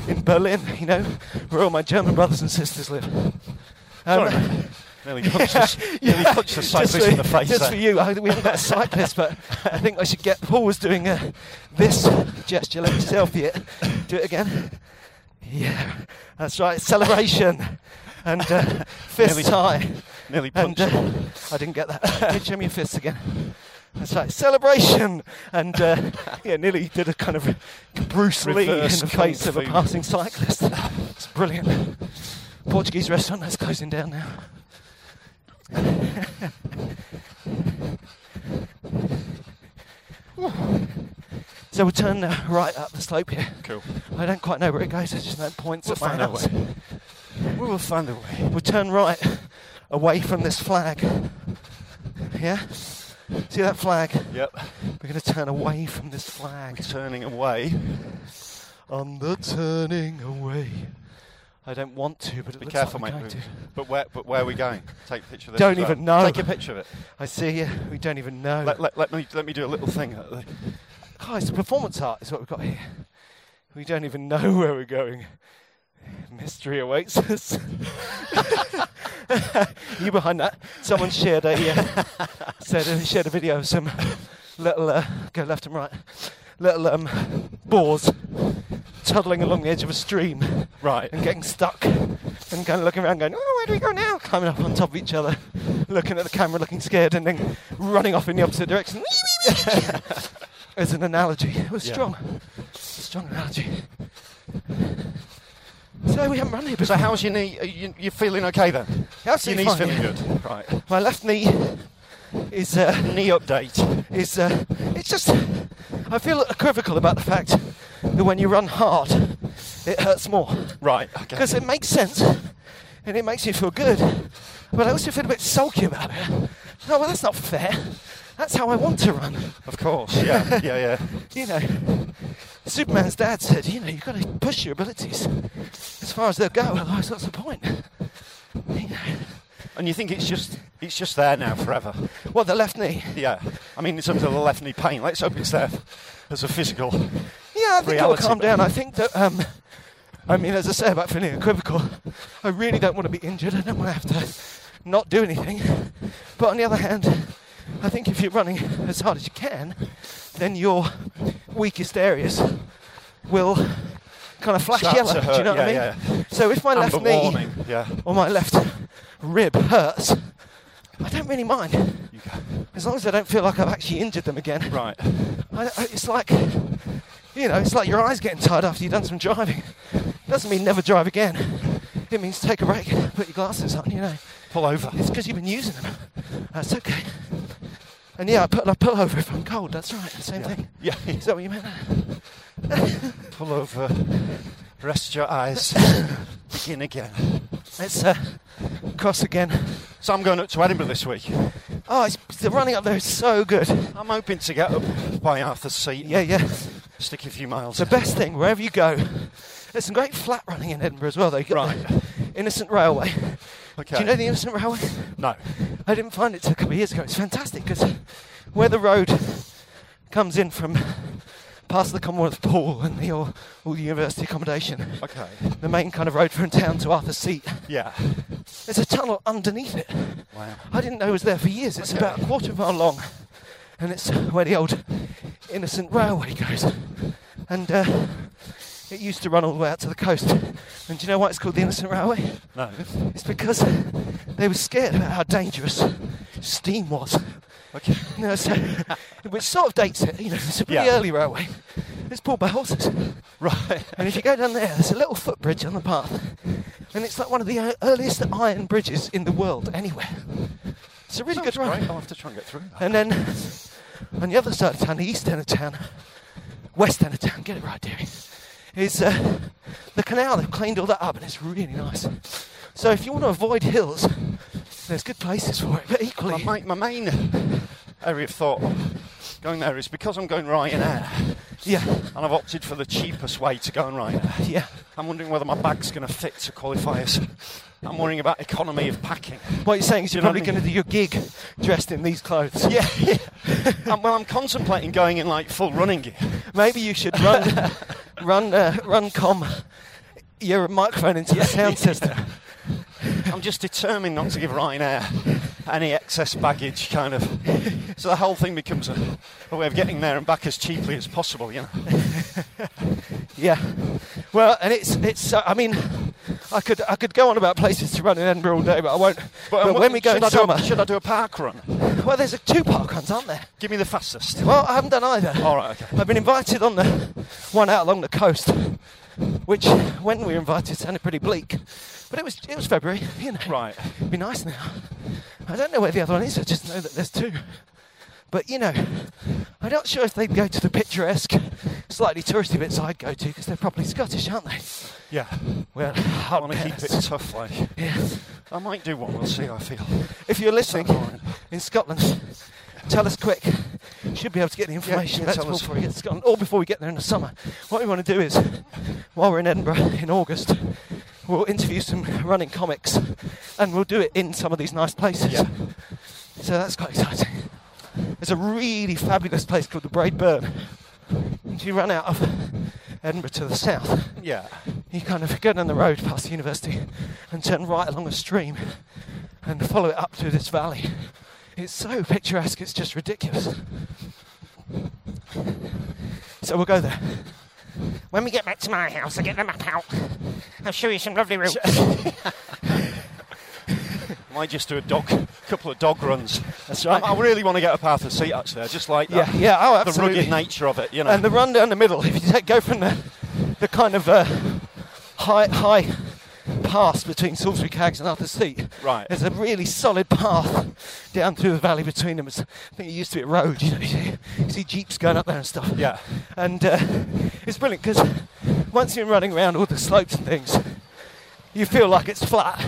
S1: in Berlin. You know, where all my German brothers and sisters live. Um,
S3: Sorry, mate. nearly punched
S1: *laughs*
S3: us. Nearly punched the cyclist
S1: just for,
S3: in the face.
S1: Just
S3: there.
S1: for you. I, we haven't got a cyclist, but I think I should get. Paul was doing uh, this gesture. Let me selfie it. Do it again. Yeah, that's right. Celebration and uh, *laughs* fist
S3: Nearly-
S1: high.
S3: Nearly
S1: And
S3: punched
S1: uh,
S3: someone.
S1: *laughs* I didn't get that. *laughs* Did show me your fists again. That's right. Celebration and uh, yeah, nearly did a kind of Bruce Lee in the
S3: Reverse kung
S1: face of a
S3: fu.
S1: passing cyclist. It's brilliant. Portuguese restaurant that's closing down now. *laughs* So we'll turn uh, right up the slope here.
S3: Cool.
S1: I don't quite know where it goes. I just know it points
S3: We'll
S1: at my
S3: find our
S1: house.
S3: way. We will find a way.
S1: We'll turn right away from this flag. Yeah? See that flag?
S3: Yep.
S1: We're going to turn away from this flag.
S3: Turning away.
S1: On the turning away. I don't want to, but it
S3: Be
S1: looks
S3: careful,
S1: like
S3: mate.
S1: I'm going to.
S3: But where, but where are we going? Take a picture of this.
S1: Don't
S3: as well.
S1: even know.
S3: Take a picture of it.
S1: I see you. We don't even know.
S3: Let, let, let me, let me do a little thing.
S1: Oh, it's a performance art, is what we've got here. We don't even know where we're going. Mystery awaits us. *laughs* you behind that? Someone shared a uh, said uh, shared a video of some little uh, go left and right, little um, boars toddling along the edge of a stream
S3: Right.
S1: and getting stuck and kind of looking around going, oh, where do we go now? Climbing up on top of each other, looking at the camera, looking scared, and then running off in the opposite direction. *laughs* As an analogy. It was
S3: Yeah.
S1: strong. Strong analogy. So we haven't run here before.
S3: So how's your knee? Are you, you're feeling okay then? Your
S1: Absolutely
S3: knee's
S1: fine,
S3: feeling
S1: yeah.
S3: good. Right.
S1: My left knee is uh,
S3: Knee update.
S1: is uh, it's just I feel equivocal about the fact that when you run hard, it hurts more.
S3: Right. *laughs* Okay.
S1: Because it makes sense and it makes you feel good, but I also feel a bit sulky about it. No, well that's not fair. That's how I want to run.
S3: Of
S1: *laughs*
S3: course. Yeah. Yeah. Yeah.
S1: You know, Superman's dad said, you know, you've got to push your abilities as far as they'll go. Otherwise, what's the point? You know.
S3: And you think it's just it's just there now forever?
S1: Well, the left knee.
S3: Yeah. I mean, in terms of the left knee pain, let's hope it's there as a physical.
S1: Yeah, I think it'll
S3: reality,
S1: calm
S3: but-
S1: down. I think that, um, I mean, as I say about feeling equivocal, I really don't want to be injured. I don't want to have to not do anything. But on the other hand, I think if you're running as hard as you can, then your weakest areas will kind of flash
S3: Start to
S1: yellow. Do
S3: hurt,
S1: you know what
S3: yeah,
S1: I mean? So if my
S3: Amber
S1: left knee
S3: warning. Yeah.
S1: or my left rib hurts, I don't really mind.
S3: You go.
S1: As long as I don't feel like I've actually injured them again.
S3: Right.
S1: I, I- it's like, you know, it's like your eyes getting tired after you've done some driving. Doesn't mean never drive again. It means take a break, put your glasses on, you know.
S3: Pull over.
S1: It's because you've been using them. That's okay. And yeah, I put a pullover if I'm cold. That's right. Same thing.
S3: Yeah. *laughs*
S1: Is that what you meant?
S3: Pull over. Rest your eyes. Begin again.
S1: Let's uh, cross again.
S3: So I'm going up to Edinburgh this week.
S1: Oh, it's, the running up there is so good.
S3: I'm hoping to get up by Arthur's seat.
S1: Yeah, yeah.
S3: Stick a few miles.
S1: It's the best thing wherever you go. There's some great flat running in Edinburgh as well, though. You got
S3: Right.
S1: the Innocent Railway.
S3: Okay.
S1: Do you know the Innocent Railway?
S3: No.
S1: I didn't find it till a couple of years ago. It's fantastic because where the road comes in from past the Commonwealth Pool and the all, all the university accommodation,
S3: Okay.
S1: the main kind of road from town to Arthur's Seat,
S3: Yeah.
S1: there's a tunnel underneath it.
S3: Wow.
S1: I didn't know it was there for years. It's
S3: Okay.
S1: about a quarter of a mile long and it's where the old Innocent Railway goes. And uh, it used to run all the way out to the coast. And do you know why it's called the Innocent Railway?
S3: No.
S1: It's because they were scared about how dangerous steam was.
S3: *laughs* Okay.
S1: No, so, *laughs* which sort of dates it, you know, it's a pretty
S3: Yeah.
S1: early railway. It's pulled by horses.
S3: Right.
S1: And if you go down there, there's a little footbridge on the path. And it's like one of the ear- earliest iron bridges in the world, anywhere. It's a
S3: *laughs*
S1: really
S3: Sounds
S1: good run.
S3: great. I'll have to try and get through. that.
S1: And then on the other side of town, the east end of town, west end of town, get it right, dearie, is uh, the canal. They've cleaned all that up and it's really nice. So if you want to avoid hills, there's good places for it. But
S3: My,
S1: equally,
S3: my, my main area of thought going there is because I'm going Ryanair
S1: yeah,
S3: and I've opted for the cheapest way to go on Ryanair.
S1: yeah.
S3: I'm wondering whether my bag's going to fit to qualify us. I'm worrying about economy of packing.
S1: What you're saying is
S3: Do
S1: you're
S3: you know
S1: probably
S3: what I
S1: going to do your gig dressed in these clothes.
S3: Yeah. and, well, I'm contemplating going in like full running gear.
S1: Maybe you should
S3: *laughs*
S1: run, run, uh, run, com your microphone into the sound system.
S3: I'm just determined not to give Ryanair any excess baggage, kind of. So the whole thing becomes a, a way of getting there and back as cheaply as possible, you know.
S1: Yeah. Well, and it's it's. Uh, I mean, I could I could go on about places to run in Edinburgh all day, but I won't. But,
S3: um,
S1: when we go
S3: should
S1: in
S3: I do a-
S1: summer,
S3: should I do a park run?
S1: well, there's a two park runs, aren't there?
S3: Give me the fastest.
S1: Well, I haven't done either.
S3: All right, okay.
S1: I've been invited on the one out along the coast, which when we were invited sounded pretty bleak, but it was it was February, you know.
S3: Right.
S1: It'd be nice now. I don't know where the other one is. I just know that there's two. But you know, I'm not sure if they'd go to the picturesque, slightly touristy bits I'd go to because they're probably Scottish, aren't they?
S3: Yeah.
S1: Well,
S3: I want to keep it tough, like.
S1: Yeah.
S3: I might do one, we'll see how I feel.
S1: If you're listening in Scotland, tell us quick. Should be able to get the information.
S3: yeah,
S1: That's
S3: tell
S1: all
S3: us.
S1: before we get to Scotland, or before we get there in the summer. What we want to do is, while we're in Edinburgh in August, we'll interview some running comics, and we'll do it in some of these nice places.
S3: Yeah.
S1: So that's quite exciting. There's a really fabulous place called the Braid Burn. If you run out of Edinburgh to the south,
S3: Yeah.
S1: you kind of go down the road past the university and turn right along a stream and follow it up through this valley. It's so picturesque, it's just ridiculous. So we'll go there. When we get back to my house, I'll get the map out. I'll show you some
S3: *laughs*
S1: lovely routes.
S3: Might just do a dog, couple of dog runs.
S1: That's right.
S3: I, I really want to get a path of seat, actually. I just like that.
S1: Yeah, yeah, oh,
S3: the
S1: absolutely.
S3: rugged nature of it, you know.
S1: And the run down the middle, *laughs* if you take, go from the, the kind of uh, high, high pass between Salisbury Cags and Arthur's Seat,
S3: Right.
S1: there's a really solid path down through the valley between them. It's, I think it used to be a road, *laughs* you know. You see, you see jeeps going up there and stuff.
S3: Yeah.
S1: And uh, it's brilliant because once you're running around all the slopes and things, you feel like it's flat,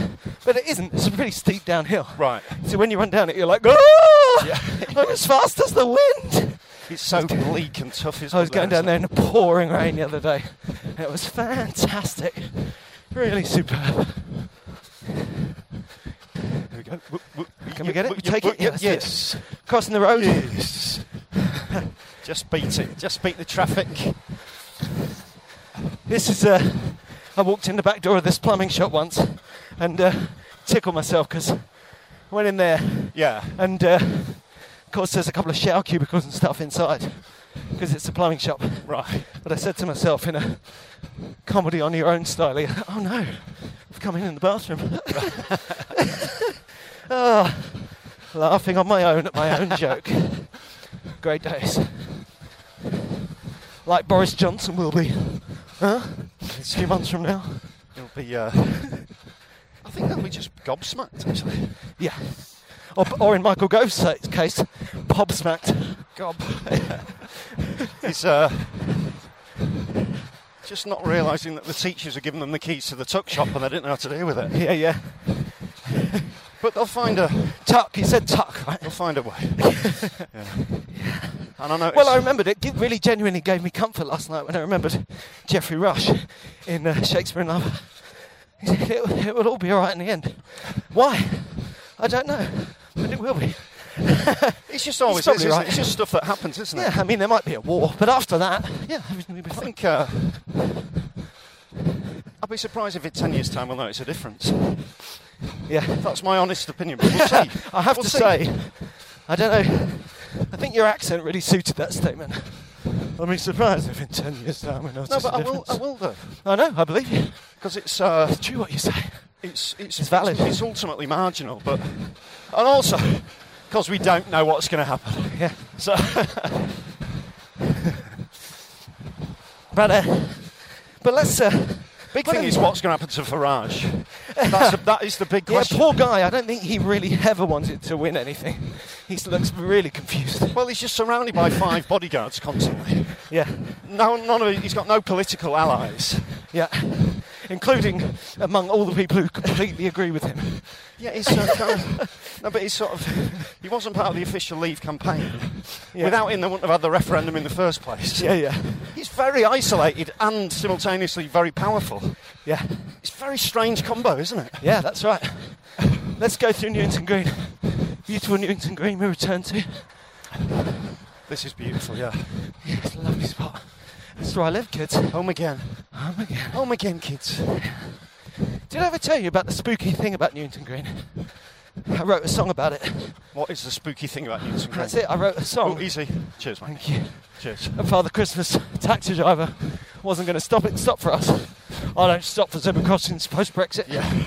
S1: but it isn't. It's a pretty steep downhill.
S3: Right.
S1: So when you run down it, you're like, oh, *laughs*
S3: Yeah.
S1: I'm as fast as the wind.
S3: It's so bleak and tough. Isn't
S1: I was
S3: it,
S1: going down there
S3: isn't
S1: in the pouring rain the other day. It was fantastic. Really superb.
S3: it? There we go. Wo- wo-
S1: Can
S3: yeah,
S1: we get it?
S3: wo-
S1: We take
S3: wo-
S1: it? Yeah, that's it.
S3: Yes.
S1: Crossing the road.
S3: Yes. *laughs* Just beat it. Just beat the traffic.
S1: This is. Uh, I walked in the back door of this plumbing shop once, and uh, tickled myself because went in there,
S3: Yeah.
S1: and uh, of course there's a couple of shower cubicles and stuff inside because it's a plumbing shop.
S3: Right.
S1: But I said to myself in a comedy on your own style, oh no, I've come in in the bathroom. *laughs* oh, laughing on my own at my own joke. Great days. Like Boris Johnson will be. Huh? It's a few months from now.
S3: It'll be. Uh, *laughs* I think that'll be just gobsmacked, actually.
S1: Yeah. Or, or in Michael Gove's sa- case, Bob smacked.
S3: Gob. it's uh, just not realising that the teachers are giving them the keys to the tuck shop and they didn't know how to deal with it.
S1: *laughs* Yeah, yeah.
S3: But they'll find a
S1: Tuck, he said tuck, right?
S3: they'll find a *laughs* way. Yeah. And I *laughs* know.
S1: Well, I remembered it. It really genuinely gave me comfort last night when I remembered Geoffrey Rush in uh, Shakespeare in Love. He said, It, it will all be all right in the end. Why? I don't know, but it will be.
S3: it's just always
S1: probably
S3: is, isn't it?
S1: right.
S3: It's just stuff that happens, isn't it?
S1: Yeah, I mean, there might be a war, but after that, yeah, everything will be
S3: I
S1: fine.
S3: think uh, I'd be surprised if in 10 years' time we'll notice a difference.
S1: *laughs* Yeah.
S3: That's my honest opinion. But we'll see.
S1: I have
S3: We'll
S1: to
S3: see.
S1: say, I don't know. I think your accent really suited that statement. I'll be surprised if in 10 years' time I notice
S3: No, but
S1: a
S3: I will, I
S1: difference.
S3: will though.
S1: I know, I believe you.
S3: Because it's, uh,
S1: It's true what you say.
S3: it's, it's,
S1: It's valid.
S3: It's, ultimately marginal, but. And also, because we don't know what's going to happen.
S1: Yeah. *laughs*
S3: So,
S1: But, uh, but let's. Uh,
S3: big
S1: Well,
S3: thing
S1: then-
S3: is what's going to happen to Farage. That's the, that is the big
S1: *laughs* Yeah,
S3: question.
S1: poor guy. I don't think he really ever wanted to win anything. He looks really confused.
S3: Well, he's just surrounded by five bodyguards constantly.
S1: Yeah,
S3: No, none of he's got no political allies.
S1: yeah. Including among all the people who completely agree with him.
S3: Yeah, he's sort of, kind of- *laughs* no, but he's sort of *laughs* he wasn't part of the official Leave campaign.
S1: Yeah.
S3: Without him, they wouldn't have had the referendum in the first place.
S1: Yeah, yeah.
S3: He's very isolated and simultaneously very powerful.
S1: Yeah,
S3: It's a very strange combo, isn't it?
S1: yeah, that's right. Let's go through Newington Green. Beautiful Newington Green we return to.
S3: This is beautiful. Yeah.
S1: Yeah, it's a lovely spot. That's where I live, kids.
S3: Home again.
S1: Home again.
S3: Home again, kids.
S1: Did I ever tell you about the spooky thing about Newington Green? I wrote a song about it.
S3: What is the spooky thing about Newton?
S1: That's it, I wrote a song.
S3: Oh, easy. Cheers, mate.
S1: Thank you.
S3: Cheers.
S1: And Father Christmas, taxi driver, wasn't going to stop it. Stop for us. I don't stop for zebra crossings post Brexit.
S3: Yeah.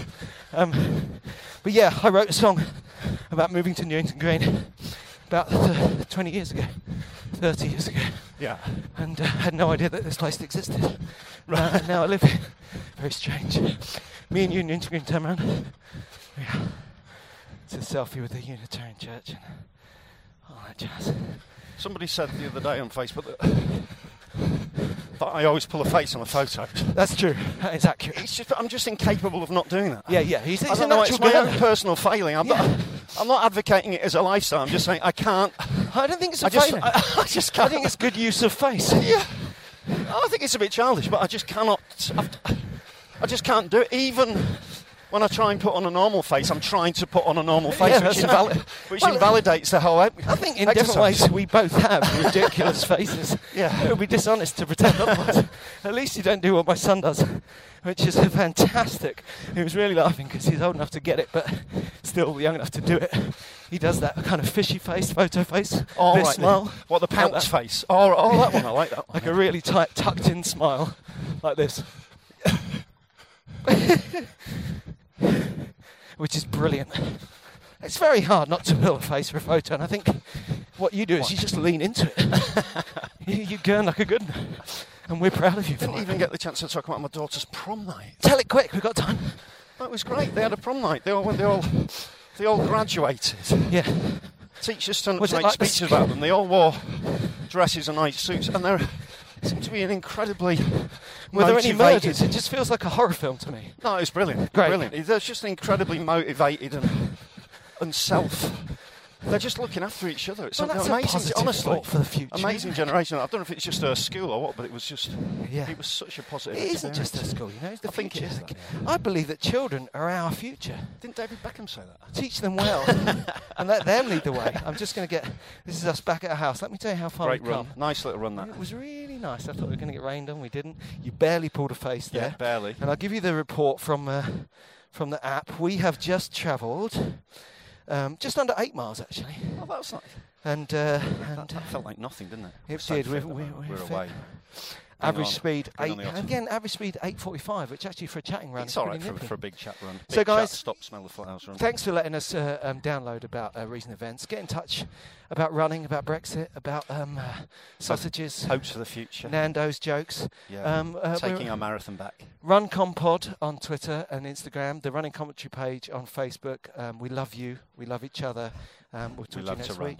S1: Um, but yeah, I wrote a song about moving to Newington Green about th- 20 years ago, 30 years ago,
S3: Yeah.
S1: and uh, had no idea that this place existed. Right. and now I live here. Very strange. Me and you, Newington Green, turn around. Yeah. It's a selfie with the Unitarian Church and all that jazz.
S3: Somebody said the other day on Facebook that, that I always pull a face on a photo.
S1: That's true. That is accurate.
S3: It's just I'm just incapable of not doing that.
S1: Yeah, yeah. He's,
S3: I
S1: he's a
S3: don't know.
S1: natural
S3: It's my
S1: guy.
S3: own personal failing. I'm,
S1: Yeah.
S3: not, I'm not advocating it as a lifestyle. I'm just saying I can't.
S1: I don't think it's a
S3: I just, *laughs*
S1: failing.
S3: I, I just
S1: I
S3: can't.
S1: think it's good use of
S3: *laughs*
S1: face.
S3: yeah. I think it's a bit childish, but I just cannot. I've, I just can't do it. Even when I try and put on a normal face, I'm trying to put on a normal face,
S1: Yeah,
S3: which,
S1: that's
S3: invali-
S1: right.
S3: which
S1: Well,
S3: invalidates the whole.
S1: I think in different ways we both
S3: *laughs*
S1: have ridiculous faces.
S3: Yeah.
S1: It would be dishonest to pretend
S3: *laughs*
S1: otherwise. At least you don't do what my son does, which is fantastic. He was really laughing because he's old enough to get it, but still young enough to do it. He does that kind of fishy face, photo face,
S3: All
S1: this
S3: right, then.
S1: smile.
S3: What the
S1: Like
S3: pounce
S1: that.
S3: face? Oh, oh, that one. I like
S1: *laughs*
S3: that one.
S1: Like a really tight, tucked in smile, like this. Which is brilliant. It's very hard not to build a face for a photo, and I think what you do is you just lean into it. you, you gurn like a good one, and we're proud of you for
S3: Didn't
S1: it.
S3: even get the chance to talk about my daughter's prom night.
S1: Tell it quick, we've got time.
S3: That was great. They had a prom night. They all went. They all. They all graduated.
S1: Yeah.
S3: Teachers turned up
S1: Was
S3: to
S1: it
S3: make
S1: like the
S3: speeches
S1: sc-
S3: about them. They all wore dresses and nice suits, and there seemed to be an incredibly.
S1: Were there any
S3: motivated-
S1: murders? It just feels like a horror film to me.
S3: No, it's brilliant.
S1: Great.
S3: Brilliant. They're just incredibly motivated and, and self. They're just looking after each other. It's
S1: Well, that's a
S3: amazing,
S1: positive
S3: honestly,
S1: thought for the future.
S3: Amazing generation. I don't know if it's just a school or what, but it was just.
S1: Yeah.
S3: It was such a
S1: It
S3: positive.
S1: isn't just a
S3: experience.
S1: school, you know. It's the
S3: I think it
S1: future.
S3: is that,
S1: I believe that children are our future.
S3: Didn't David Beckham say that?
S1: teach
S3: *laughs*
S1: them well and let them lead the way. I'm just going to get this is us back at our house. Let me tell you how far
S3: Great
S1: we've
S3: run.
S1: come.
S3: Nice little run that.
S1: It was really nice. I thought we were going to get rained on. We didn't. You barely pulled a face
S3: Yeah,
S1: there.
S3: barely.
S1: And I'll give you the report from uh, from the app. We have just travelled um, just under eight miles actually,
S3: Oh, that was nice.
S1: and, uh,
S3: That,
S1: and
S3: that felt like nothing, didn't it?
S1: It
S3: We're so
S1: did. We've-
S3: fit at the
S1: we-
S3: moment.
S1: we're
S3: we're
S1: fit.
S3: away.
S1: average
S3: on.
S1: speed
S3: Bring
S1: eight.
S3: on the autumn.
S1: Again, average speed eight forty-five, which actually for a chatting round
S3: It's
S1: is
S3: all
S1: pretty
S3: right for,
S1: nippy.
S3: for a big chat run.
S1: So,
S3: Big chat,
S1: guys-
S3: stop, smell the flowers run.
S1: Thanks for letting us uh, um, download about uh, recent events. Get in touch about running, about Brexit, about um, uh, sausages.
S3: Hopes for the future.
S1: Nando's jokes.
S3: Yeah.
S1: Um, uh,
S3: Taking
S1: we're-
S3: our marathon back.
S1: Run Compod on Twitter and Instagram. The Running Commentary page on Facebook. Um, we love you. We love each other. Um, we'll talk to you
S3: love
S1: next
S3: to run.
S1: week.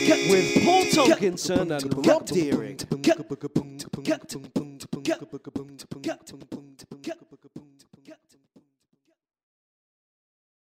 S2: With Paul Tompkinson and Rob Deering.